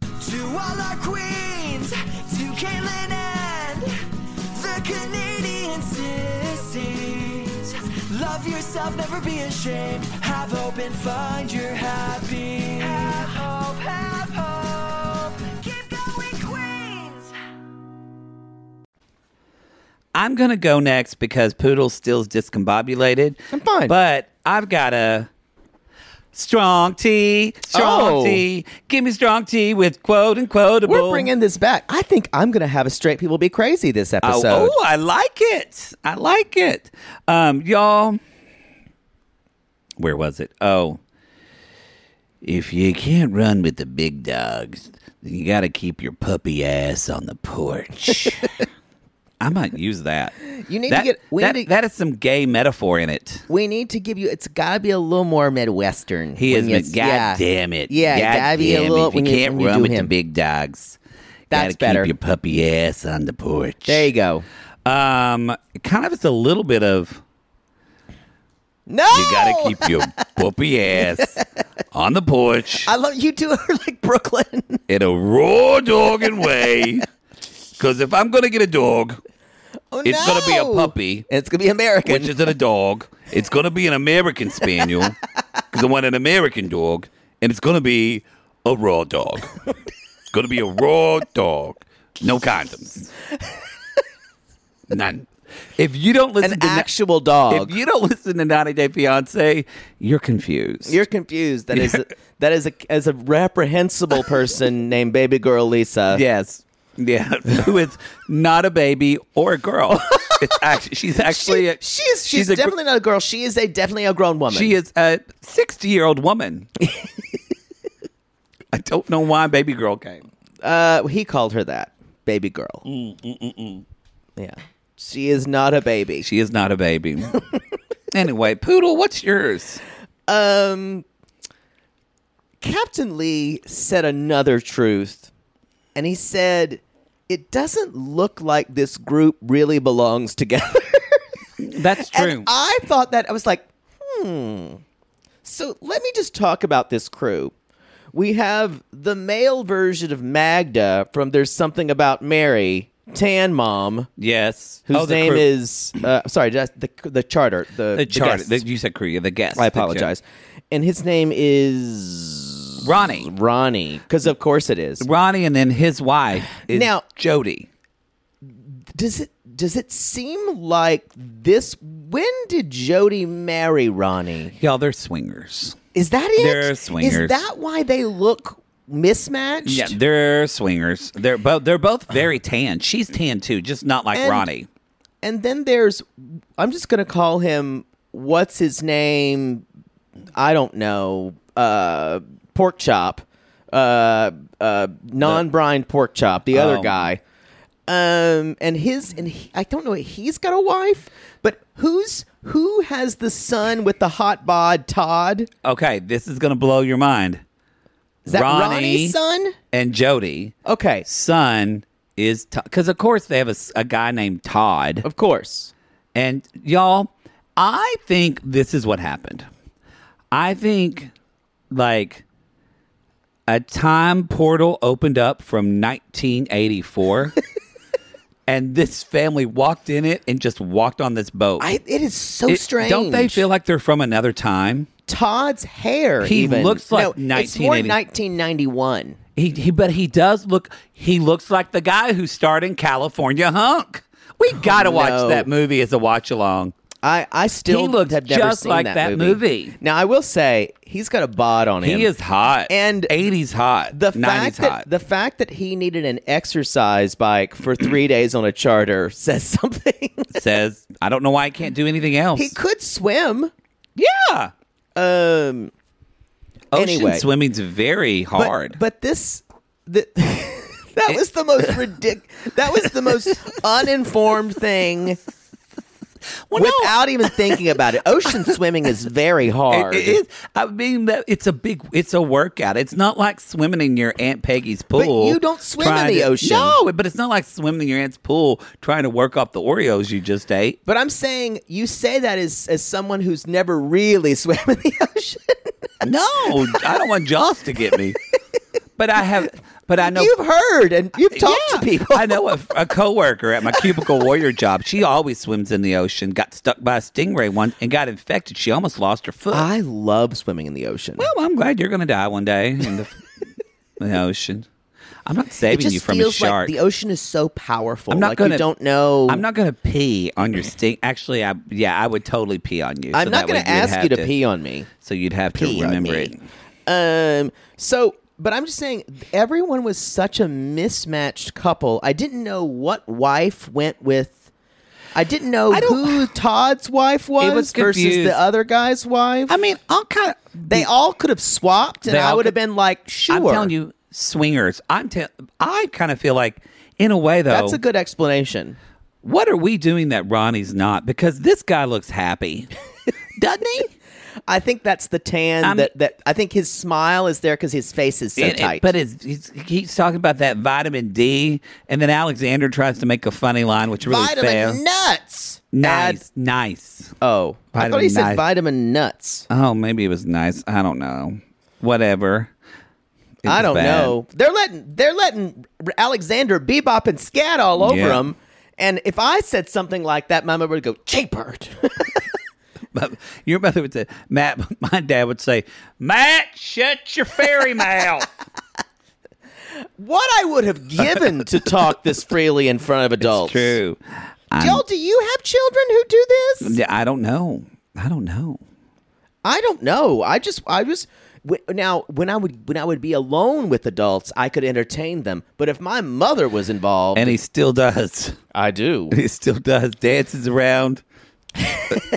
[SPEAKER 5] To all our queens, to Caitlin and the Canadian sissies. Love yourself, never be ashamed. Have hope and find your happy. Have hope, have hope. Keep going, Queens.
[SPEAKER 1] I'm gonna go next because Poodle still's discombobulated. I'm
[SPEAKER 6] fine.
[SPEAKER 1] but I've got a strong tea, strong
[SPEAKER 6] Oh.
[SPEAKER 1] tea. Give me strong tea with quote and quotable.
[SPEAKER 2] We're bringing this back. I think I'm going to have a straight people be crazy this
[SPEAKER 1] Oh,
[SPEAKER 2] episode.
[SPEAKER 1] oh, I like it. I like it. Um, y'all, where was it? Oh, if you can't run with the big dogs, then you got to keep your puppy ass on
[SPEAKER 2] <laughs>
[SPEAKER 1] the porch. I might use that.
[SPEAKER 2] You need to
[SPEAKER 1] That-
[SPEAKER 2] get- we
[SPEAKER 1] that,
[SPEAKER 2] need to-
[SPEAKER 1] that is some gay metaphor in it.
[SPEAKER 2] We need to give you. It's got to be a little more midwestern.
[SPEAKER 1] He
[SPEAKER 2] when
[SPEAKER 1] is.
[SPEAKER 2] you-
[SPEAKER 1] Mid- God
[SPEAKER 2] yeah.
[SPEAKER 1] damn it.
[SPEAKER 2] Yeah,
[SPEAKER 1] God
[SPEAKER 2] gotta be a
[SPEAKER 1] damn it.
[SPEAKER 2] little-
[SPEAKER 1] If you
[SPEAKER 2] when you-
[SPEAKER 1] can't
[SPEAKER 2] when you
[SPEAKER 1] run
[SPEAKER 2] do
[SPEAKER 1] with the
[SPEAKER 2] him.
[SPEAKER 1] big dogs.
[SPEAKER 2] That's
[SPEAKER 1] gotta
[SPEAKER 2] better.
[SPEAKER 1] Keep your puppy ass on the porch.
[SPEAKER 2] There you go.
[SPEAKER 1] Um, kind of. It's a little bit of
[SPEAKER 2] No,
[SPEAKER 1] you gotta
[SPEAKER 2] <laughs>
[SPEAKER 1] keep your puppy ass on the porch
[SPEAKER 2] I love you two are like Brooklyn. <laughs>
[SPEAKER 1] in a raw dogging way. Because if I'm gonna get a dog,
[SPEAKER 2] Oh,
[SPEAKER 1] it's gonna be a
[SPEAKER 2] no.
[SPEAKER 1] puppy,
[SPEAKER 2] And it's gonna be American.
[SPEAKER 1] which isn't a dog. It's gonna be an American Spaniel
[SPEAKER 2] <laughs>
[SPEAKER 1] because I want an American dog, and it's gonna be a raw dog. It's gonna be a raw dog,
[SPEAKER 2] <laughs>
[SPEAKER 1] no condoms, none. If you don't listen
[SPEAKER 2] an
[SPEAKER 1] to na-
[SPEAKER 2] actual dog.
[SPEAKER 1] if you don't listen to 90 Day Fiance, you're confused.
[SPEAKER 2] You're confused. That
[SPEAKER 1] <laughs>
[SPEAKER 2] is that is a as a reprehensible person named Baby Girl Lisa.
[SPEAKER 1] Yes. <laughs> Yeah. Who is not a baby or a girl. <laughs> It's actually, she's actually
[SPEAKER 2] she,
[SPEAKER 1] a,
[SPEAKER 2] she is. She's,
[SPEAKER 1] a gr-
[SPEAKER 2] definitely not a girl. She is a definitely a grown woman.
[SPEAKER 1] she is a 60 year old <laughs> woman. I don't know why baby girl came.
[SPEAKER 2] Uh, he called her that, Baby Girl.
[SPEAKER 1] Mm,
[SPEAKER 2] Yeah, she is not a baby.
[SPEAKER 1] She is not a <laughs> baby. anyway, Poodle, what's yours?
[SPEAKER 2] Um, Captain Lee said another truth, and he said, "It doesn't look like this group really belongs together."
[SPEAKER 1] That's true.
[SPEAKER 2] And I thought that I was like, hmm. So let me just talk about this crew. We have the male version of Magda from There's Something About Mary tan mom
[SPEAKER 1] Yes.
[SPEAKER 2] whose
[SPEAKER 1] Oh, the
[SPEAKER 2] name
[SPEAKER 1] crew-
[SPEAKER 2] is uh, sorry, just the the charter the
[SPEAKER 1] the chart?
[SPEAKER 2] guest.
[SPEAKER 1] the- you said Korea. The guest.
[SPEAKER 2] I
[SPEAKER 1] the char-
[SPEAKER 2] apologize, and his name is
[SPEAKER 1] Ronnie.
[SPEAKER 2] Ronnie, because of course it is.
[SPEAKER 1] Ronnie, and then his wife is
[SPEAKER 2] Now-
[SPEAKER 1] Jody.
[SPEAKER 2] Does it does it seem like this? When did Jody marry Ronnie?
[SPEAKER 1] Y'all, they're swingers.
[SPEAKER 2] Is that it?
[SPEAKER 1] They're
[SPEAKER 2] Is
[SPEAKER 1] swingers.
[SPEAKER 2] that why they look mismatched?
[SPEAKER 1] Yeah, they're swingers. They're both. They're both very tan. She's tan too, just not like
[SPEAKER 2] Uh. And-
[SPEAKER 1] Ronnie.
[SPEAKER 2] And then there's, I'm just gonna call him. What's his name? I don't know. Uh, pork chop. Uh, uh, non-brined pork chop. The other
[SPEAKER 1] Oh.
[SPEAKER 2] guy. Um, and his and he, I don't know. He's got a wife, but who's who has the son with the hot bod? Todd.
[SPEAKER 1] Okay, this is gonna blow your mind.
[SPEAKER 2] Is that
[SPEAKER 1] Ronnie.
[SPEAKER 2] Ronnie's son?
[SPEAKER 1] And Jody,
[SPEAKER 2] Okay,
[SPEAKER 1] son is because of course they have a, s- a guy named Todd.
[SPEAKER 2] of course.
[SPEAKER 1] And y'all, I think this is what happened. I think like a time portal opened up
[SPEAKER 2] <laughs>
[SPEAKER 1] from 1984 and this family walked in it and just walked on this boat.
[SPEAKER 2] I, it is so
[SPEAKER 1] It-
[SPEAKER 2] strange.
[SPEAKER 1] Don't they feel like they're from another time?
[SPEAKER 2] Todd's hair?
[SPEAKER 1] He
[SPEAKER 2] even.
[SPEAKER 1] looks like
[SPEAKER 2] no, It's more
[SPEAKER 1] 1980.
[SPEAKER 2] 1991.
[SPEAKER 1] He, he but he does look he looks like the guy who starred in California Hunk. We got to watch
[SPEAKER 2] Oh, no.
[SPEAKER 1] that movie as a watch along.
[SPEAKER 2] I, I still
[SPEAKER 1] He looked
[SPEAKER 2] have never
[SPEAKER 1] just
[SPEAKER 2] seen
[SPEAKER 1] like
[SPEAKER 2] that,
[SPEAKER 1] that
[SPEAKER 2] movie.
[SPEAKER 1] movie.
[SPEAKER 2] Now I will say he's got a bod on him.
[SPEAKER 1] He is hot.
[SPEAKER 2] And
[SPEAKER 1] 80s hot.
[SPEAKER 2] the
[SPEAKER 1] 90s
[SPEAKER 2] fact that
[SPEAKER 1] hot.
[SPEAKER 2] the fact that he needed an exercise bike for
[SPEAKER 1] <clears throat>
[SPEAKER 2] three days on a charter says <laughs> something.
[SPEAKER 1] says, I don't know why I can't do anything else.
[SPEAKER 2] he could swim.
[SPEAKER 1] yeah.
[SPEAKER 2] Um,
[SPEAKER 1] Ocean
[SPEAKER 2] Anyway.
[SPEAKER 1] swimming's very
[SPEAKER 2] but-
[SPEAKER 1] hard.
[SPEAKER 2] But, this, the, <laughs> that was the <laughs> most ridiculous. That was the most uninformed thing.
[SPEAKER 1] Well, no.
[SPEAKER 2] without even thinking about it, <laughs> ocean swimming is very hard.
[SPEAKER 1] It- it is. I mean, that it's a big, it's a workout. It's not like swimming in your Aunt Peggy's pool.
[SPEAKER 2] you don't swim in
[SPEAKER 1] trying
[SPEAKER 2] the
[SPEAKER 1] to-
[SPEAKER 2] ocean.
[SPEAKER 1] No, but it's not like swimming in your aunt's pool trying to work off the Oreos you just ate.
[SPEAKER 2] But I'm saying you say that as as someone who's never really <laughs> swam in the ocean.
[SPEAKER 1] <laughs> No, I don't want Jaws to get me. But I have, but I know
[SPEAKER 2] You've heard and you've talked to
[SPEAKER 1] <laughs> Yeah.
[SPEAKER 2] people.
[SPEAKER 1] I know a, a coworker at my cubicle warrior job. She always swims in the ocean. Got stuck by a stingray once and got infected. She almost lost her foot.
[SPEAKER 2] <laughs> I love swimming in the ocean.
[SPEAKER 1] Oh, well, I'm glad you're going to die one day in
[SPEAKER 2] <laughs>
[SPEAKER 1] the, in the ocean. I'm not saving you from a shark.
[SPEAKER 2] like the ocean is so powerful.
[SPEAKER 1] I'm not
[SPEAKER 2] like
[SPEAKER 1] gonna.
[SPEAKER 2] you don't know.
[SPEAKER 1] I'm not going to pee on your stink. Actually, I yeah, I would totally pee on you.
[SPEAKER 2] I'm
[SPEAKER 1] So
[SPEAKER 2] not
[SPEAKER 1] that way
[SPEAKER 2] going to
[SPEAKER 1] you'd
[SPEAKER 2] ask
[SPEAKER 1] have
[SPEAKER 2] you to, pee on me.
[SPEAKER 1] So you'd have to
[SPEAKER 2] Pee on
[SPEAKER 1] remember
[SPEAKER 2] me.
[SPEAKER 1] it.
[SPEAKER 2] Um. So, but I'm just saying, everyone was such a mismatched couple. I didn't know what wife went with. I didn't know
[SPEAKER 1] I don't- <laughs>
[SPEAKER 2] who Todd's wife was,
[SPEAKER 1] was
[SPEAKER 2] versus
[SPEAKER 1] confused.
[SPEAKER 2] the other guy's wife.
[SPEAKER 1] I mean, I'll kind of.
[SPEAKER 2] They all could have swapped, and
[SPEAKER 1] They
[SPEAKER 2] I
[SPEAKER 1] all
[SPEAKER 2] would have
[SPEAKER 1] could-
[SPEAKER 2] been like, "Sure."
[SPEAKER 1] I'm telling you, swingers. I'm. Te- I kind of feel like, in a way, though,
[SPEAKER 2] that's a good explanation.
[SPEAKER 1] What are we doing that Ronnie's not? Because this guy looks
[SPEAKER 2] <laughs>
[SPEAKER 1] happy, doesn't he?
[SPEAKER 2] I think that's the tan
[SPEAKER 1] I'm-
[SPEAKER 2] that, that I think his smile is there because his face is so
[SPEAKER 1] And- and-
[SPEAKER 2] tight.
[SPEAKER 1] but it's, he's, he keeps talking about that vitamin D, and then Alexander tries to make a funny line, which really
[SPEAKER 2] vitamin
[SPEAKER 1] fails.
[SPEAKER 2] nuts.
[SPEAKER 1] Nice,
[SPEAKER 2] Add-
[SPEAKER 1] nice.
[SPEAKER 2] oh, I thought
[SPEAKER 1] Vitamin
[SPEAKER 2] he said
[SPEAKER 1] nuts.
[SPEAKER 2] vitamin nuts.
[SPEAKER 1] Oh, maybe it was nice. I don't know. Whatever. It
[SPEAKER 2] I
[SPEAKER 1] was
[SPEAKER 2] don't
[SPEAKER 1] bad.
[SPEAKER 2] know. They're letting they're letting R- Alexander bebop and scat all over
[SPEAKER 1] Yeah.
[SPEAKER 2] him. And if I said something like that, my mother would go, "Jaybird."
[SPEAKER 1] <laughs> But your mother would say, Matt. <laughs> My dad would say, Matt, shut
[SPEAKER 2] <laughs>
[SPEAKER 1] your fairy mouth.
[SPEAKER 2] <laughs> what I would have given
[SPEAKER 1] <laughs>
[SPEAKER 2] to talk this freely in front of adults.
[SPEAKER 1] True. I'm-
[SPEAKER 2] Joel, do you have children who do this?
[SPEAKER 1] Yeah, I don't know. I don't know.
[SPEAKER 2] I don't know. I just, I was w- now when I would when I would be alone with adults, I could entertain them. But if my mother was involved,
[SPEAKER 1] And he still does. <laughs>
[SPEAKER 2] I do
[SPEAKER 1] He still does. Dances around, uh,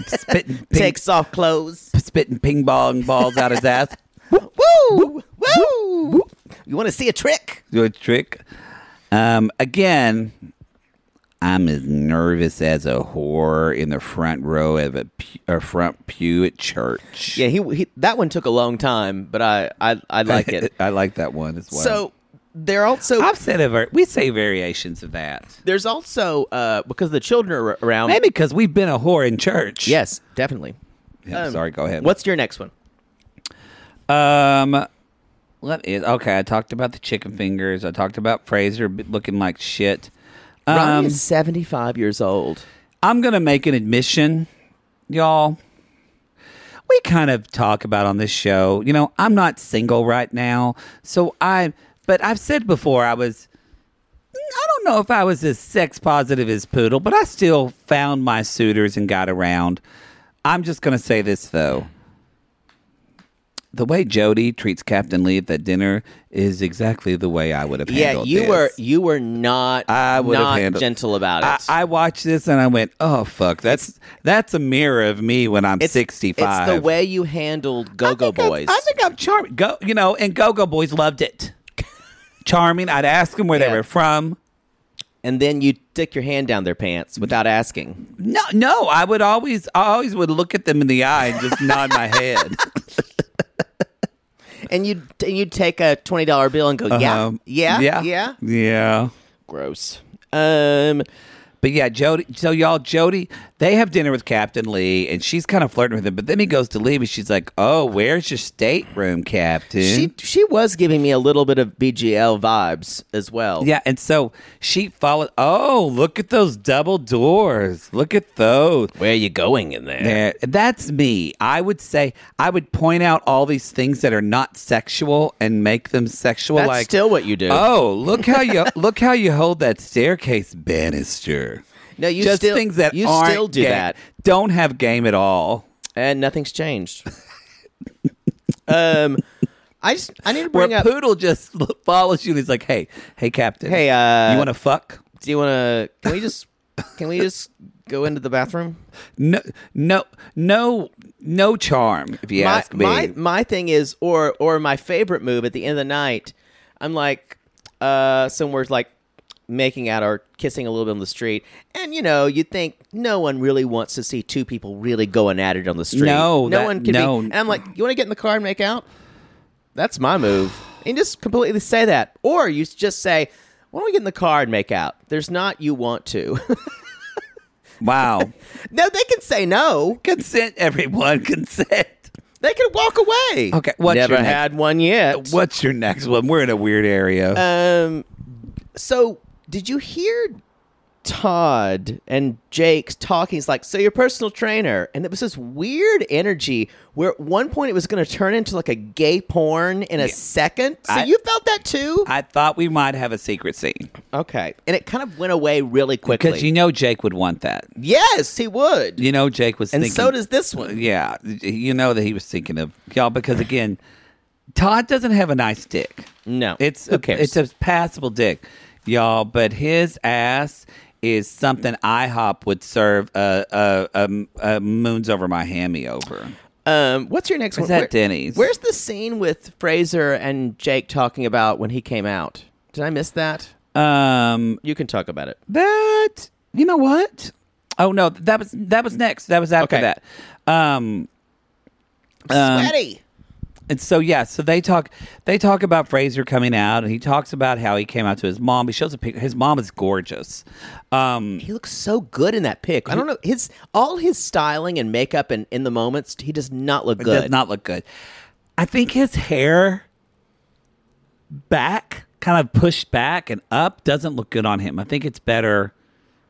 [SPEAKER 1] spitting ping,
[SPEAKER 2] <laughs> takes off clothes.
[SPEAKER 1] spitting ping pong balls out his ass.
[SPEAKER 2] Woo, woo, You want to see a trick?
[SPEAKER 1] Do a trick. Um, again, I'm as nervous as a whore in the front row of a, pu- a front pew at church.
[SPEAKER 2] Yeah, he, he that one took a long time, but I I, I like it.
[SPEAKER 1] <laughs> I like that one as
[SPEAKER 2] <laughs>
[SPEAKER 1] well.
[SPEAKER 2] so they're also
[SPEAKER 1] I've said a ver- we say variations of that.
[SPEAKER 2] there's also uh, because the children are around.
[SPEAKER 1] Maybe because we've been a whore in church.
[SPEAKER 2] Um, yes, definitely.
[SPEAKER 1] Yeah,
[SPEAKER 2] Um,
[SPEAKER 1] sorry, go ahead.
[SPEAKER 2] What's your next one?
[SPEAKER 1] Um, what is okay? I talked about the chicken fingers. I talked about Fraser b- looking like shit.
[SPEAKER 2] Ronnie is 75 years old.
[SPEAKER 1] I'm going to make an admission, y'all. We kind of talk about on this show, you know, I'm not single right now. So I, but I've said before, I was, I don't know if I was as sex positive as Poodle, but I still found my suitors and got around. I'm just going to say this, though. The way Jody treats Captain Lee at that dinner is exactly the way I would have
[SPEAKER 2] Yeah,
[SPEAKER 1] handled
[SPEAKER 2] you
[SPEAKER 1] this.
[SPEAKER 2] were you were not
[SPEAKER 1] I would have
[SPEAKER 2] not
[SPEAKER 1] handled-
[SPEAKER 2] gentle about it.
[SPEAKER 1] I, I watched this and I went, "Oh fuck, that's that's a mirror of me when I'm
[SPEAKER 2] it's,
[SPEAKER 1] 65."
[SPEAKER 2] It's the way you handled
[SPEAKER 1] I
[SPEAKER 2] Go-Go
[SPEAKER 1] think I'm-
[SPEAKER 2] Boys.
[SPEAKER 1] I think I'm charming. Go, you know, and Go-Go Boys loved it. charming. I'd ask them where
[SPEAKER 2] Yeah.
[SPEAKER 1] they were from.
[SPEAKER 2] and then you stick your hand down their pants without asking.
[SPEAKER 1] No, no, I would always, I always would look at them in the eye and just nod my head.
[SPEAKER 2] And you and you take a $20 bill and go, <laughs> "Yeah.
[SPEAKER 1] Um,
[SPEAKER 2] yeah.
[SPEAKER 1] yeah,
[SPEAKER 2] Yeah.
[SPEAKER 1] yeah.
[SPEAKER 2] Gross." Um
[SPEAKER 1] But yeah, Jody. So y'all, Jody, they have dinner with Captain Lee, and she's kind of flirting with him. But then he goes to leave, and she's like, "Oh, where's your stateroom, Captain?"
[SPEAKER 2] she she was giving me a little bit of BGL vibes as well.
[SPEAKER 1] Yeah, and so she followed. Oh, look at those double doors! Look at those.
[SPEAKER 2] Where are you going in there?
[SPEAKER 1] There, that's me. I would say I would point out all these things that are not sexual and make them sexual.
[SPEAKER 2] That's
[SPEAKER 1] like,
[SPEAKER 2] still what you do.
[SPEAKER 1] oh, look
[SPEAKER 2] <laughs>
[SPEAKER 1] how you look how you hold that staircase banister.
[SPEAKER 2] No, you
[SPEAKER 1] Just
[SPEAKER 2] still-
[SPEAKER 1] things that
[SPEAKER 2] you
[SPEAKER 1] aren't
[SPEAKER 2] still do
[SPEAKER 1] ga-
[SPEAKER 2] that.
[SPEAKER 1] Don't have game at all.
[SPEAKER 2] and nothing's changed. <laughs> um, I just I need to bring
[SPEAKER 1] Where
[SPEAKER 2] up.
[SPEAKER 1] poodle just <laughs> follows you and he's like, "Hey, hey, Captain.
[SPEAKER 2] Hey, uh,
[SPEAKER 1] you want to fuck?"
[SPEAKER 2] do you want to? Can we just? Can we just go into the bathroom?
[SPEAKER 1] no no no no charm if you
[SPEAKER 2] my,
[SPEAKER 1] ask me
[SPEAKER 2] my my thing is, or or my favorite move at the end of the night, I'm like, uh, somewhere's like making out or kissing a little bit on the street, and you know, you think no one really wants to see two people really going at it on the street.
[SPEAKER 1] No,
[SPEAKER 2] no
[SPEAKER 1] that-
[SPEAKER 2] one can. be-
[SPEAKER 1] no.
[SPEAKER 2] and I'm like, you want to get in the car and make out? That's my move. And just completely say that, or you just say, why don't we get in the car and make out? There's not you want to. <laughs>
[SPEAKER 1] wow <laughs>
[SPEAKER 2] no, they can say no.
[SPEAKER 1] consent everyone <laughs> consent
[SPEAKER 2] They can walk away.
[SPEAKER 1] Okay, what's
[SPEAKER 2] never
[SPEAKER 1] your next-
[SPEAKER 2] had one yet.
[SPEAKER 1] what's your next one we're in a weird area
[SPEAKER 2] Um, so did you hear Todd and Jake's talking? He's like, so your personal trainer, and it was this weird energy where at one point it was going to turn into like a gay porn in a second. So
[SPEAKER 1] I-
[SPEAKER 2] you felt that too?
[SPEAKER 1] i thought we might have a secret scene
[SPEAKER 2] okay, and it kind of went away really quickly.
[SPEAKER 1] because you know jake would want that
[SPEAKER 2] yes, he would,
[SPEAKER 1] you know jake was
[SPEAKER 2] and
[SPEAKER 1] thinking
[SPEAKER 2] so does this one.
[SPEAKER 1] yeah you know that he was thinking of y'all because again todd doesn't have a nice dick
[SPEAKER 2] No,
[SPEAKER 1] It's
[SPEAKER 2] who
[SPEAKER 1] a,
[SPEAKER 2] cares?
[SPEAKER 1] it's a passable dick, y'all. But his ass is something IHOP would serve uh, uh, um, uh, moons over my hammy over.
[SPEAKER 2] Um, what's your next
[SPEAKER 1] Is
[SPEAKER 2] one?
[SPEAKER 1] that Denny's?
[SPEAKER 2] Where's the scene with Fraser and Jake talking about when he came out? Did I miss that?
[SPEAKER 1] Um,
[SPEAKER 2] You can talk about it.
[SPEAKER 1] that you know what? Oh no, that was that was next. That was after
[SPEAKER 2] Okay.
[SPEAKER 1] that. Um, um,
[SPEAKER 2] Sweaty.
[SPEAKER 1] And so yeah, so they talk they talk about Fraser coming out, and he talks about how he came out to his mom. He shows a picture. His mom is gorgeous. Um,
[SPEAKER 2] He looks so good in that pic. I don't know his all his styling and makeup and in the moments he does not look
[SPEAKER 1] It
[SPEAKER 2] good.
[SPEAKER 1] does not look good. I think his hair back, kind of pushed back and up, doesn't look good on him. I think it's better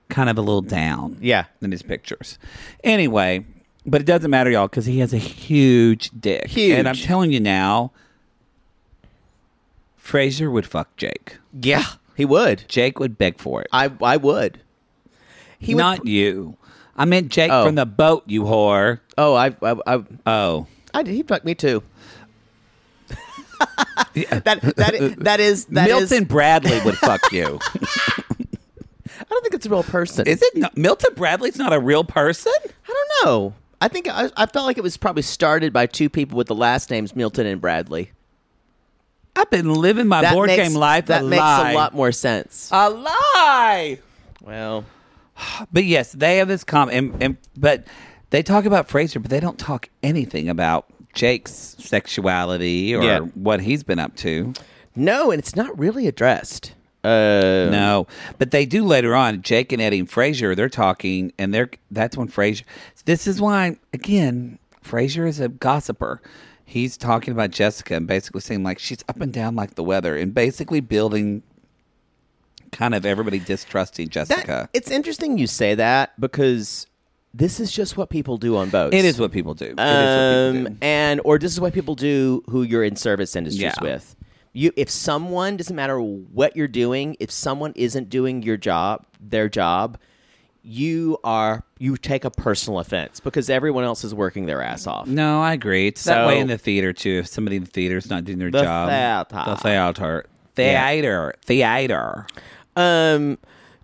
[SPEAKER 1] kind of a little down.
[SPEAKER 2] Yeah.
[SPEAKER 1] Than his pictures. Anyway, but it doesn't matter, y'all, because he has a huge dick.
[SPEAKER 2] Huge.
[SPEAKER 1] And I'm telling you now, Fraser would fuck Jake.
[SPEAKER 2] Yeah, he would.
[SPEAKER 1] Jake would beg for it.
[SPEAKER 2] I I would. He
[SPEAKER 1] Not
[SPEAKER 2] would.
[SPEAKER 1] you. I meant Jake
[SPEAKER 2] Oh.
[SPEAKER 1] from the boat, you whore.
[SPEAKER 2] Oh, I I I,
[SPEAKER 1] Oh.
[SPEAKER 2] I he fucked me
[SPEAKER 1] <laughs>
[SPEAKER 2] too. that that i- that is that is-
[SPEAKER 1] Milton Bradley would
[SPEAKER 2] <laughs>
[SPEAKER 1] fuck you.
[SPEAKER 2] I don't think it's a real person.
[SPEAKER 1] Is it not, Milton Bradley's not a real person?
[SPEAKER 2] I don't know. I think I, I felt like it was probably started by two people with the last names Milton and Bradley.
[SPEAKER 1] I've been living my board
[SPEAKER 2] makes,
[SPEAKER 1] game life
[SPEAKER 2] That
[SPEAKER 1] a
[SPEAKER 2] makes
[SPEAKER 1] lie.
[SPEAKER 2] a lot more sense.
[SPEAKER 1] A lie.
[SPEAKER 2] well,
[SPEAKER 1] But yes, they have this comment, and, and but they talk about Fraser, but they don't talk anything about Jake's sexuality or
[SPEAKER 2] Yeah.
[SPEAKER 1] what he's been up to.
[SPEAKER 2] no, and it's not really addressed. Uh,
[SPEAKER 1] No, but they do later on. Jake and Eddie and Frazier, they're talking, and they're that's when Frazier. This is why again, Frazier is a gossiper. He's talking about Jessica and basically saying like she's up and down like the weather, and basically building kind of everybody distrusting
[SPEAKER 2] That-
[SPEAKER 1] Jessica.
[SPEAKER 2] it's interesting you say that because this is just what people do on boats.
[SPEAKER 1] it is what people do. It is what people
[SPEAKER 2] Um,
[SPEAKER 1] do.
[SPEAKER 2] and or this is what people do who you're in service industries
[SPEAKER 1] Yeah.
[SPEAKER 2] with. You, if someone doesn't matter what you're doing, if someone isn't doing your job, their job, you are you take a personal offense because everyone else is working their ass off.
[SPEAKER 1] No, I agree. It's that way
[SPEAKER 2] So-
[SPEAKER 1] in the theater too. If somebody in the theater's not doing their
[SPEAKER 2] The
[SPEAKER 1] job,
[SPEAKER 2] theater.
[SPEAKER 1] the theater, theater, theater.
[SPEAKER 2] Um,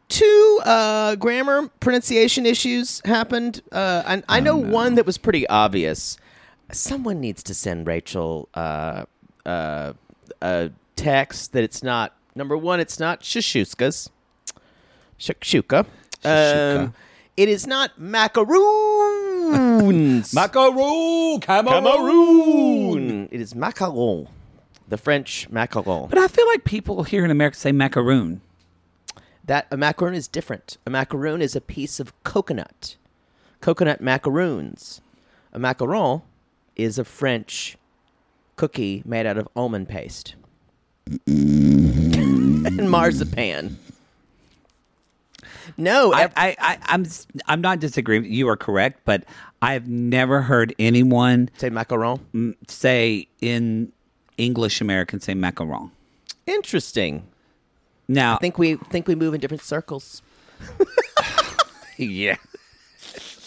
[SPEAKER 2] two uh, grammar pronunciation issues happened. Uh, and I know one that was pretty obvious. Someone needs to send Rachel uh, uh, a text that it's not number one. It's not shishuskas, shakshuka. Um,
[SPEAKER 1] Shakshuka.
[SPEAKER 2] it is not macaroons.
[SPEAKER 1] Macaroon,
[SPEAKER 2] macaroon. It is macaron, the French macaron.
[SPEAKER 1] But I feel like people here in America say macaroon.
[SPEAKER 2] That a macaroon is different. A macaroon is a piece of coconut. Coconut macaroons. A macaron is a French cookie made out of almond paste <laughs> and marzipan. No,
[SPEAKER 1] I,
[SPEAKER 2] ev-
[SPEAKER 1] I, I, I'm, s- I'm not disagreeing. You are correct, but I've never heard anyone
[SPEAKER 2] say macaron.
[SPEAKER 1] mm, say in English American say macaron.
[SPEAKER 2] Interesting.
[SPEAKER 1] Now,
[SPEAKER 2] I think we think we move in different circles.
[SPEAKER 1] yeah,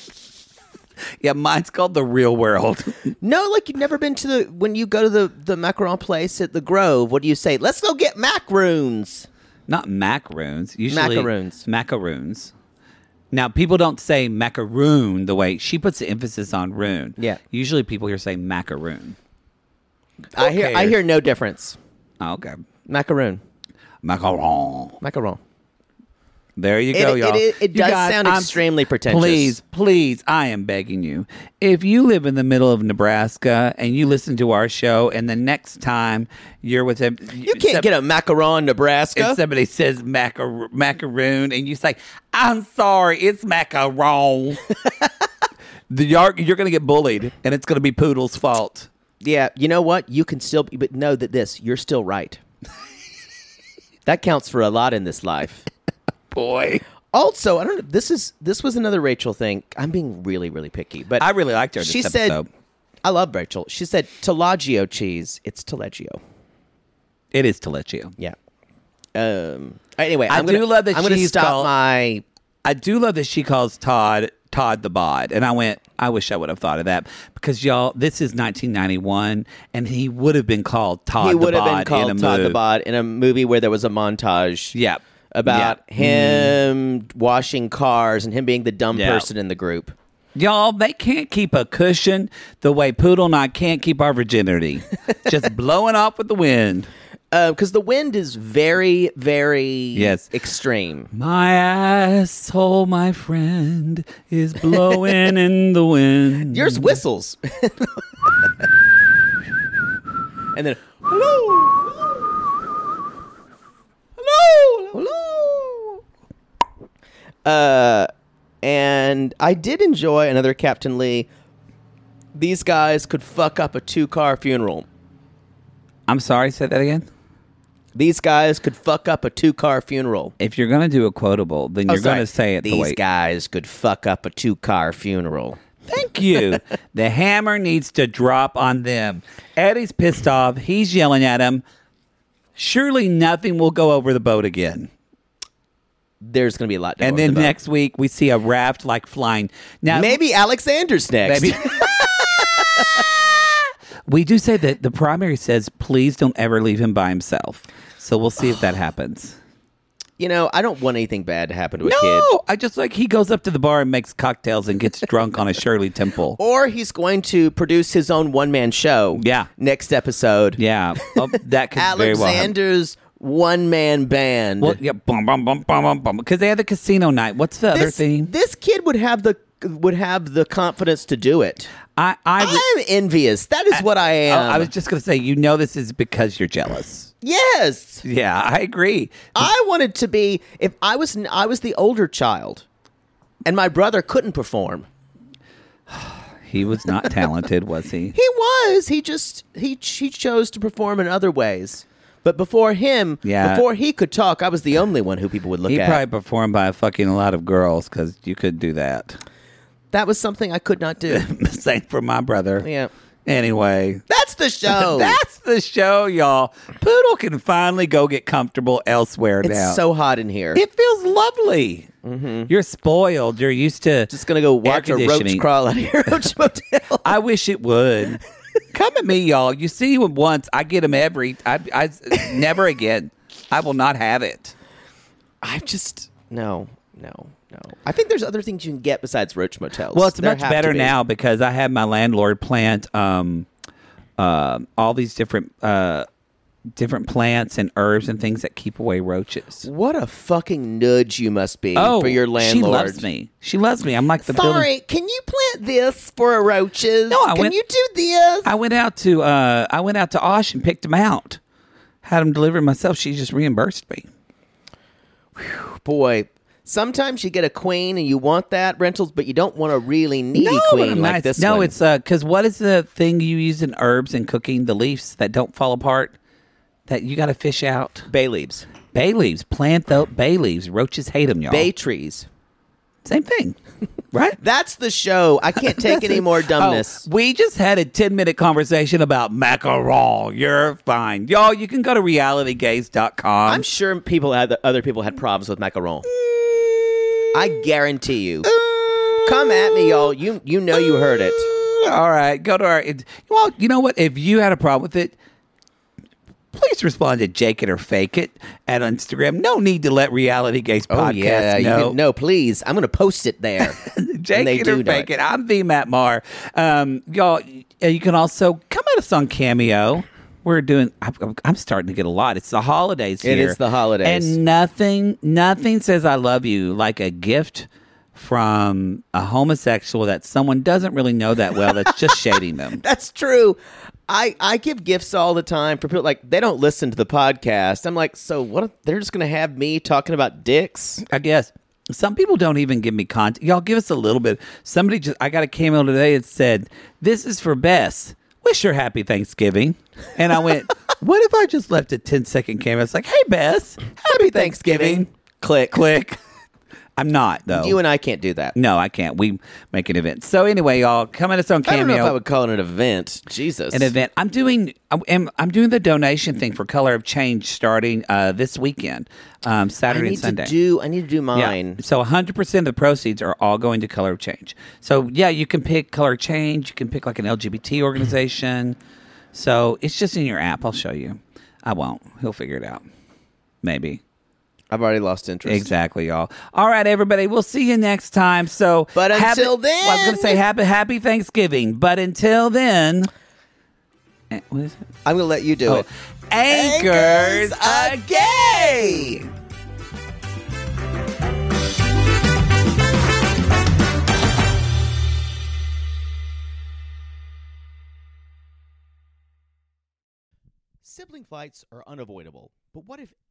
[SPEAKER 1] <laughs> yeah, mine's called the real world. <laughs>
[SPEAKER 2] No, like you've never been to the when you go to the the macaron place at the Grove. What do you say? Let's go get macaroons.
[SPEAKER 1] Not macaroons. Usually
[SPEAKER 2] Macaroons.
[SPEAKER 1] Macaroons. Now people don't say macaroon the way she puts the emphasis on roon.
[SPEAKER 2] Yeah.
[SPEAKER 1] Usually people here say macaroon.
[SPEAKER 2] I hear I
[SPEAKER 1] cares?
[SPEAKER 2] hear no difference.
[SPEAKER 1] Oh, okay.
[SPEAKER 2] Macaroon,
[SPEAKER 1] Macaron.
[SPEAKER 2] macaron.
[SPEAKER 1] There you
[SPEAKER 2] It-
[SPEAKER 1] go,
[SPEAKER 2] it-
[SPEAKER 1] y'all.
[SPEAKER 2] it- it
[SPEAKER 1] You
[SPEAKER 2] does sound extremely pretentious.
[SPEAKER 1] Please, please, I am begging you. If you live in the middle of Nebraska and you listen to our show, and the next time you're with him,
[SPEAKER 2] You can't get a macaron, Nebraska.
[SPEAKER 1] If somebody says macar- macaroon and you say, I'm sorry, it's macaron, <laughs> the, you're, you're going to get bullied and it's going to be Poodle's fault.
[SPEAKER 2] yeah, you know what? You can still, be, but know that this, you're still <laughs> right. that counts for a lot in this life.
[SPEAKER 1] Boy.
[SPEAKER 2] Also, I don't know. This is this was another Rachel thing. I'm being really, really picky, but
[SPEAKER 1] I really liked her. This
[SPEAKER 2] She
[SPEAKER 1] episode.
[SPEAKER 2] said, "I love Rachel." She said, "Tellagio cheese. It's Tellagio."
[SPEAKER 1] It is Taleggio.
[SPEAKER 2] Yeah. Um. Anyway,
[SPEAKER 1] I
[SPEAKER 2] I'm gonna,
[SPEAKER 1] do love that
[SPEAKER 2] I'm gonna
[SPEAKER 1] she's
[SPEAKER 2] stop
[SPEAKER 1] called-
[SPEAKER 2] my.
[SPEAKER 1] I do love that she calls Todd Todd the bod, and I went. I wish I would have thought of that because y'all, this is 1991, and he would have been called Todd.
[SPEAKER 2] He
[SPEAKER 1] the
[SPEAKER 2] would have been
[SPEAKER 1] bod in
[SPEAKER 2] called
[SPEAKER 1] a
[SPEAKER 2] Todd the
[SPEAKER 1] movie.
[SPEAKER 2] Bod in a movie where there was a montage.
[SPEAKER 1] Yeah,
[SPEAKER 2] about
[SPEAKER 1] Yeah. Mm.
[SPEAKER 2] him washing cars and him being the dumb
[SPEAKER 1] Yeah.
[SPEAKER 2] person in the group.
[SPEAKER 1] Y'all, they can't keep a cushion the way Poodle and I can't keep
[SPEAKER 2] <laughs>
[SPEAKER 1] our virginity. Just blowing off with the wind.
[SPEAKER 2] Because Uh, the wind is very, very
[SPEAKER 1] Yes.
[SPEAKER 2] extreme.
[SPEAKER 1] My asshole, my friend, is blowing in the
[SPEAKER 2] <laughs>
[SPEAKER 1] wind.
[SPEAKER 2] Yours whistles. and then, hello, hello, hello. Uh, and I did enjoy another Captain Lee. These guys could fuck up a two car funeral.
[SPEAKER 1] I'm sorry, say that again.
[SPEAKER 2] These guys could fuck up a two car funeral.
[SPEAKER 1] If you're going to do a quotable, then
[SPEAKER 2] Oh,
[SPEAKER 1] you're going
[SPEAKER 2] sorry.
[SPEAKER 1] to say it
[SPEAKER 2] These
[SPEAKER 1] the way.
[SPEAKER 2] guys could fuck up a two car funeral.
[SPEAKER 1] Thank you. the hammer needs to drop on them. Eddie's pissed off. He's yelling at him. Surely nothing will go over the boat again.
[SPEAKER 2] There's going to be a lot. to go
[SPEAKER 1] And
[SPEAKER 2] over
[SPEAKER 1] then
[SPEAKER 2] the boat.
[SPEAKER 1] next week we see a raft like flying. Now
[SPEAKER 2] maybe Alexander's next.
[SPEAKER 1] Maybe. <laughs> we do say that the primary says, please don't ever leave him by himself. So we'll
[SPEAKER 2] <sighs>
[SPEAKER 1] see if that happens.
[SPEAKER 2] You know, I don't want anything bad to happen to a kid.
[SPEAKER 1] No, I just like he goes up to the bar and makes cocktails and gets drunk on a Shirley Temple.
[SPEAKER 2] <laughs> Or he's going to produce his own one man show.
[SPEAKER 1] Yeah.
[SPEAKER 2] Next episode.
[SPEAKER 1] Yeah, oh, that could very well happen.
[SPEAKER 2] Alexander's one man band.
[SPEAKER 1] Well, yeah, bum bum bum bum bum bum. Because they had the casino night. What's the other
[SPEAKER 2] this,
[SPEAKER 1] thing?
[SPEAKER 2] this kid would have the would have the confidence to do it.
[SPEAKER 1] I I, re-
[SPEAKER 2] I'm envious. That is what I
[SPEAKER 1] I,
[SPEAKER 2] am.
[SPEAKER 1] I was just gonna say, you know, this is because you're jealous. <laughs>
[SPEAKER 2] yes.
[SPEAKER 1] Yeah, I agree.
[SPEAKER 2] I wanted to be if I was n- I was the older child, and my brother couldn't perform.
[SPEAKER 1] He
[SPEAKER 2] <laughs>
[SPEAKER 1] was not talented, was he?
[SPEAKER 2] He was. He just he he chose to perform in other ways. But before him,
[SPEAKER 1] Yeah.
[SPEAKER 2] before he could talk, I was the only one who people would look
[SPEAKER 1] He
[SPEAKER 2] at.
[SPEAKER 1] probably performed by fucking a lot of girls because you could do that. <laughs>
[SPEAKER 2] that was something I could not do.
[SPEAKER 1] Same for my brother.
[SPEAKER 2] yeah. Oh.
[SPEAKER 1] Anyway,
[SPEAKER 2] That's the show.
[SPEAKER 1] <laughs> that's the show, y'all. Poodle can finally go get comfortable elsewhere
[SPEAKER 2] it's
[SPEAKER 1] now.
[SPEAKER 2] so hot in here.
[SPEAKER 1] it feels lovely. You're spoiled. You're used to
[SPEAKER 2] Just gonna go watch a
[SPEAKER 1] air
[SPEAKER 2] roach
[SPEAKER 1] conditioning.
[SPEAKER 2] crawl out
[SPEAKER 1] <laughs>
[SPEAKER 2] of your roach motel.
[SPEAKER 1] I wish it would. Come at me, y'all. You see him once, I get him every. I, I never again. I will not have it.
[SPEAKER 2] <laughs> I just no, no, no. I think there's other things you can get besides roach motels.
[SPEAKER 1] Well, it's
[SPEAKER 2] There
[SPEAKER 1] much
[SPEAKER 2] have to
[SPEAKER 1] better
[SPEAKER 2] be.
[SPEAKER 1] now because I had my landlord plant um, um all these different uh, different plants and herbs and things that keep away roaches.
[SPEAKER 2] What a fucking nudge you must be for your landlord.
[SPEAKER 1] Oh, she loves me. She loves me. I'm like the building-
[SPEAKER 2] Sorry, can you plant this for a roaches?
[SPEAKER 1] No, I
[SPEAKER 2] can
[SPEAKER 1] went-
[SPEAKER 2] you do this?
[SPEAKER 1] I went out to uh, I went out to Osh and picked them out. Had them delivered myself. She just reimbursed me.
[SPEAKER 2] Boy, sometimes you get a queen and you want that rentals, but you don't want a really needy
[SPEAKER 1] no,
[SPEAKER 2] queen
[SPEAKER 1] I'm
[SPEAKER 2] like
[SPEAKER 1] not-
[SPEAKER 2] this
[SPEAKER 1] no,
[SPEAKER 2] one.
[SPEAKER 1] it's uh, because what is the thing you use in herbs and cooking? The leaves that don't fall apart that you got to fish out.
[SPEAKER 2] bay leaves,
[SPEAKER 1] Bay leaves, plant the bay leaves. Roaches hate them, y'all.
[SPEAKER 2] bay trees. <laughs>
[SPEAKER 1] Same thing, right?
[SPEAKER 2] That's the show.
[SPEAKER 1] <laughs>
[SPEAKER 2] I can't take any more dumbness.
[SPEAKER 1] Oh, we just had a 10 minute conversation about macaron. You're fine. Y'all, you can go to realitygaze.com.
[SPEAKER 2] I'm sure people had other people had problems with macaron. I guarantee you. Come at me, y'all. You you know you heard it.
[SPEAKER 1] Mm, All right, go to our. it- Well, you know what? If you had a problem with it, please respond to Jake it or fake it at Instagram. No need to let Reality Gaze podcast
[SPEAKER 2] Oh, you
[SPEAKER 1] know.
[SPEAKER 2] can- no, please. I'm going to post it
[SPEAKER 1] <laughs>
[SPEAKER 2] there.
[SPEAKER 1] Jake
[SPEAKER 2] And they
[SPEAKER 1] it or
[SPEAKER 2] do know
[SPEAKER 1] fake
[SPEAKER 2] it.
[SPEAKER 1] it. I'm the Matt Marr. Um, y'all, uh, you can also come at us on Cameo. We're doing. I'm- I'm, I'm starting to get a lot. It's the holidays.
[SPEAKER 2] It
[SPEAKER 1] here.
[SPEAKER 2] is the holidays.
[SPEAKER 1] and nothing, nothing says "I love you" like a gift from a homosexual that someone doesn't really know that well.
[SPEAKER 2] <laughs>
[SPEAKER 1] That's just shading them.
[SPEAKER 2] That's true. I, I give gifts all the time for people like they don't listen to the podcast. I'm like, so what? If they're just gonna have me talking about dicks?
[SPEAKER 1] I guess. Some people don't even give me content. Y'all give us a little bit. Somebody just, I got a cameo today that said, This is for Bess. Wish her happy Thanksgiving. And I went, <laughs> What if I just left a 10 second cameo? It's like, Hey, Bess, happy
[SPEAKER 2] <laughs>
[SPEAKER 1] Thanksgiving. Click, click. <laughs> I'm not, though.
[SPEAKER 2] You and I can't do that.
[SPEAKER 1] no, I can't. We make an event. So, anyway, y'all, come at us on
[SPEAKER 2] I don't
[SPEAKER 1] Cameo.
[SPEAKER 2] know if I would call it an event. Jesus,
[SPEAKER 1] an event. I'm doing I'm- I'm, I'm doing the donation thing for Color of Change starting uh, this weekend, um,
[SPEAKER 2] I
[SPEAKER 1] Saturday
[SPEAKER 2] need
[SPEAKER 1] and Sunday.
[SPEAKER 2] to do. I need to do mine.
[SPEAKER 1] Yeah. So 100% of the proceeds are all going to Color Change. So yeah, you can pick Color Change, you can pick like
[SPEAKER 2] <clears throat>
[SPEAKER 1] an LGBT organization. So it's just in your app. I'll show you. I won't. He'll figure it out. Maybe.
[SPEAKER 2] I've already lost interest.
[SPEAKER 1] Exactly, y'all. All right, everybody. We'll see you next time. So
[SPEAKER 2] But
[SPEAKER 1] happy-
[SPEAKER 2] until then-
[SPEAKER 1] well, I was going to say happy happy Thanksgiving, but until then Eh, what is it?
[SPEAKER 2] I'm gonna let you do
[SPEAKER 1] Oh,
[SPEAKER 2] it.
[SPEAKER 1] anchors,
[SPEAKER 2] are gay.
[SPEAKER 6] Sibling fights are unavoidable, but what if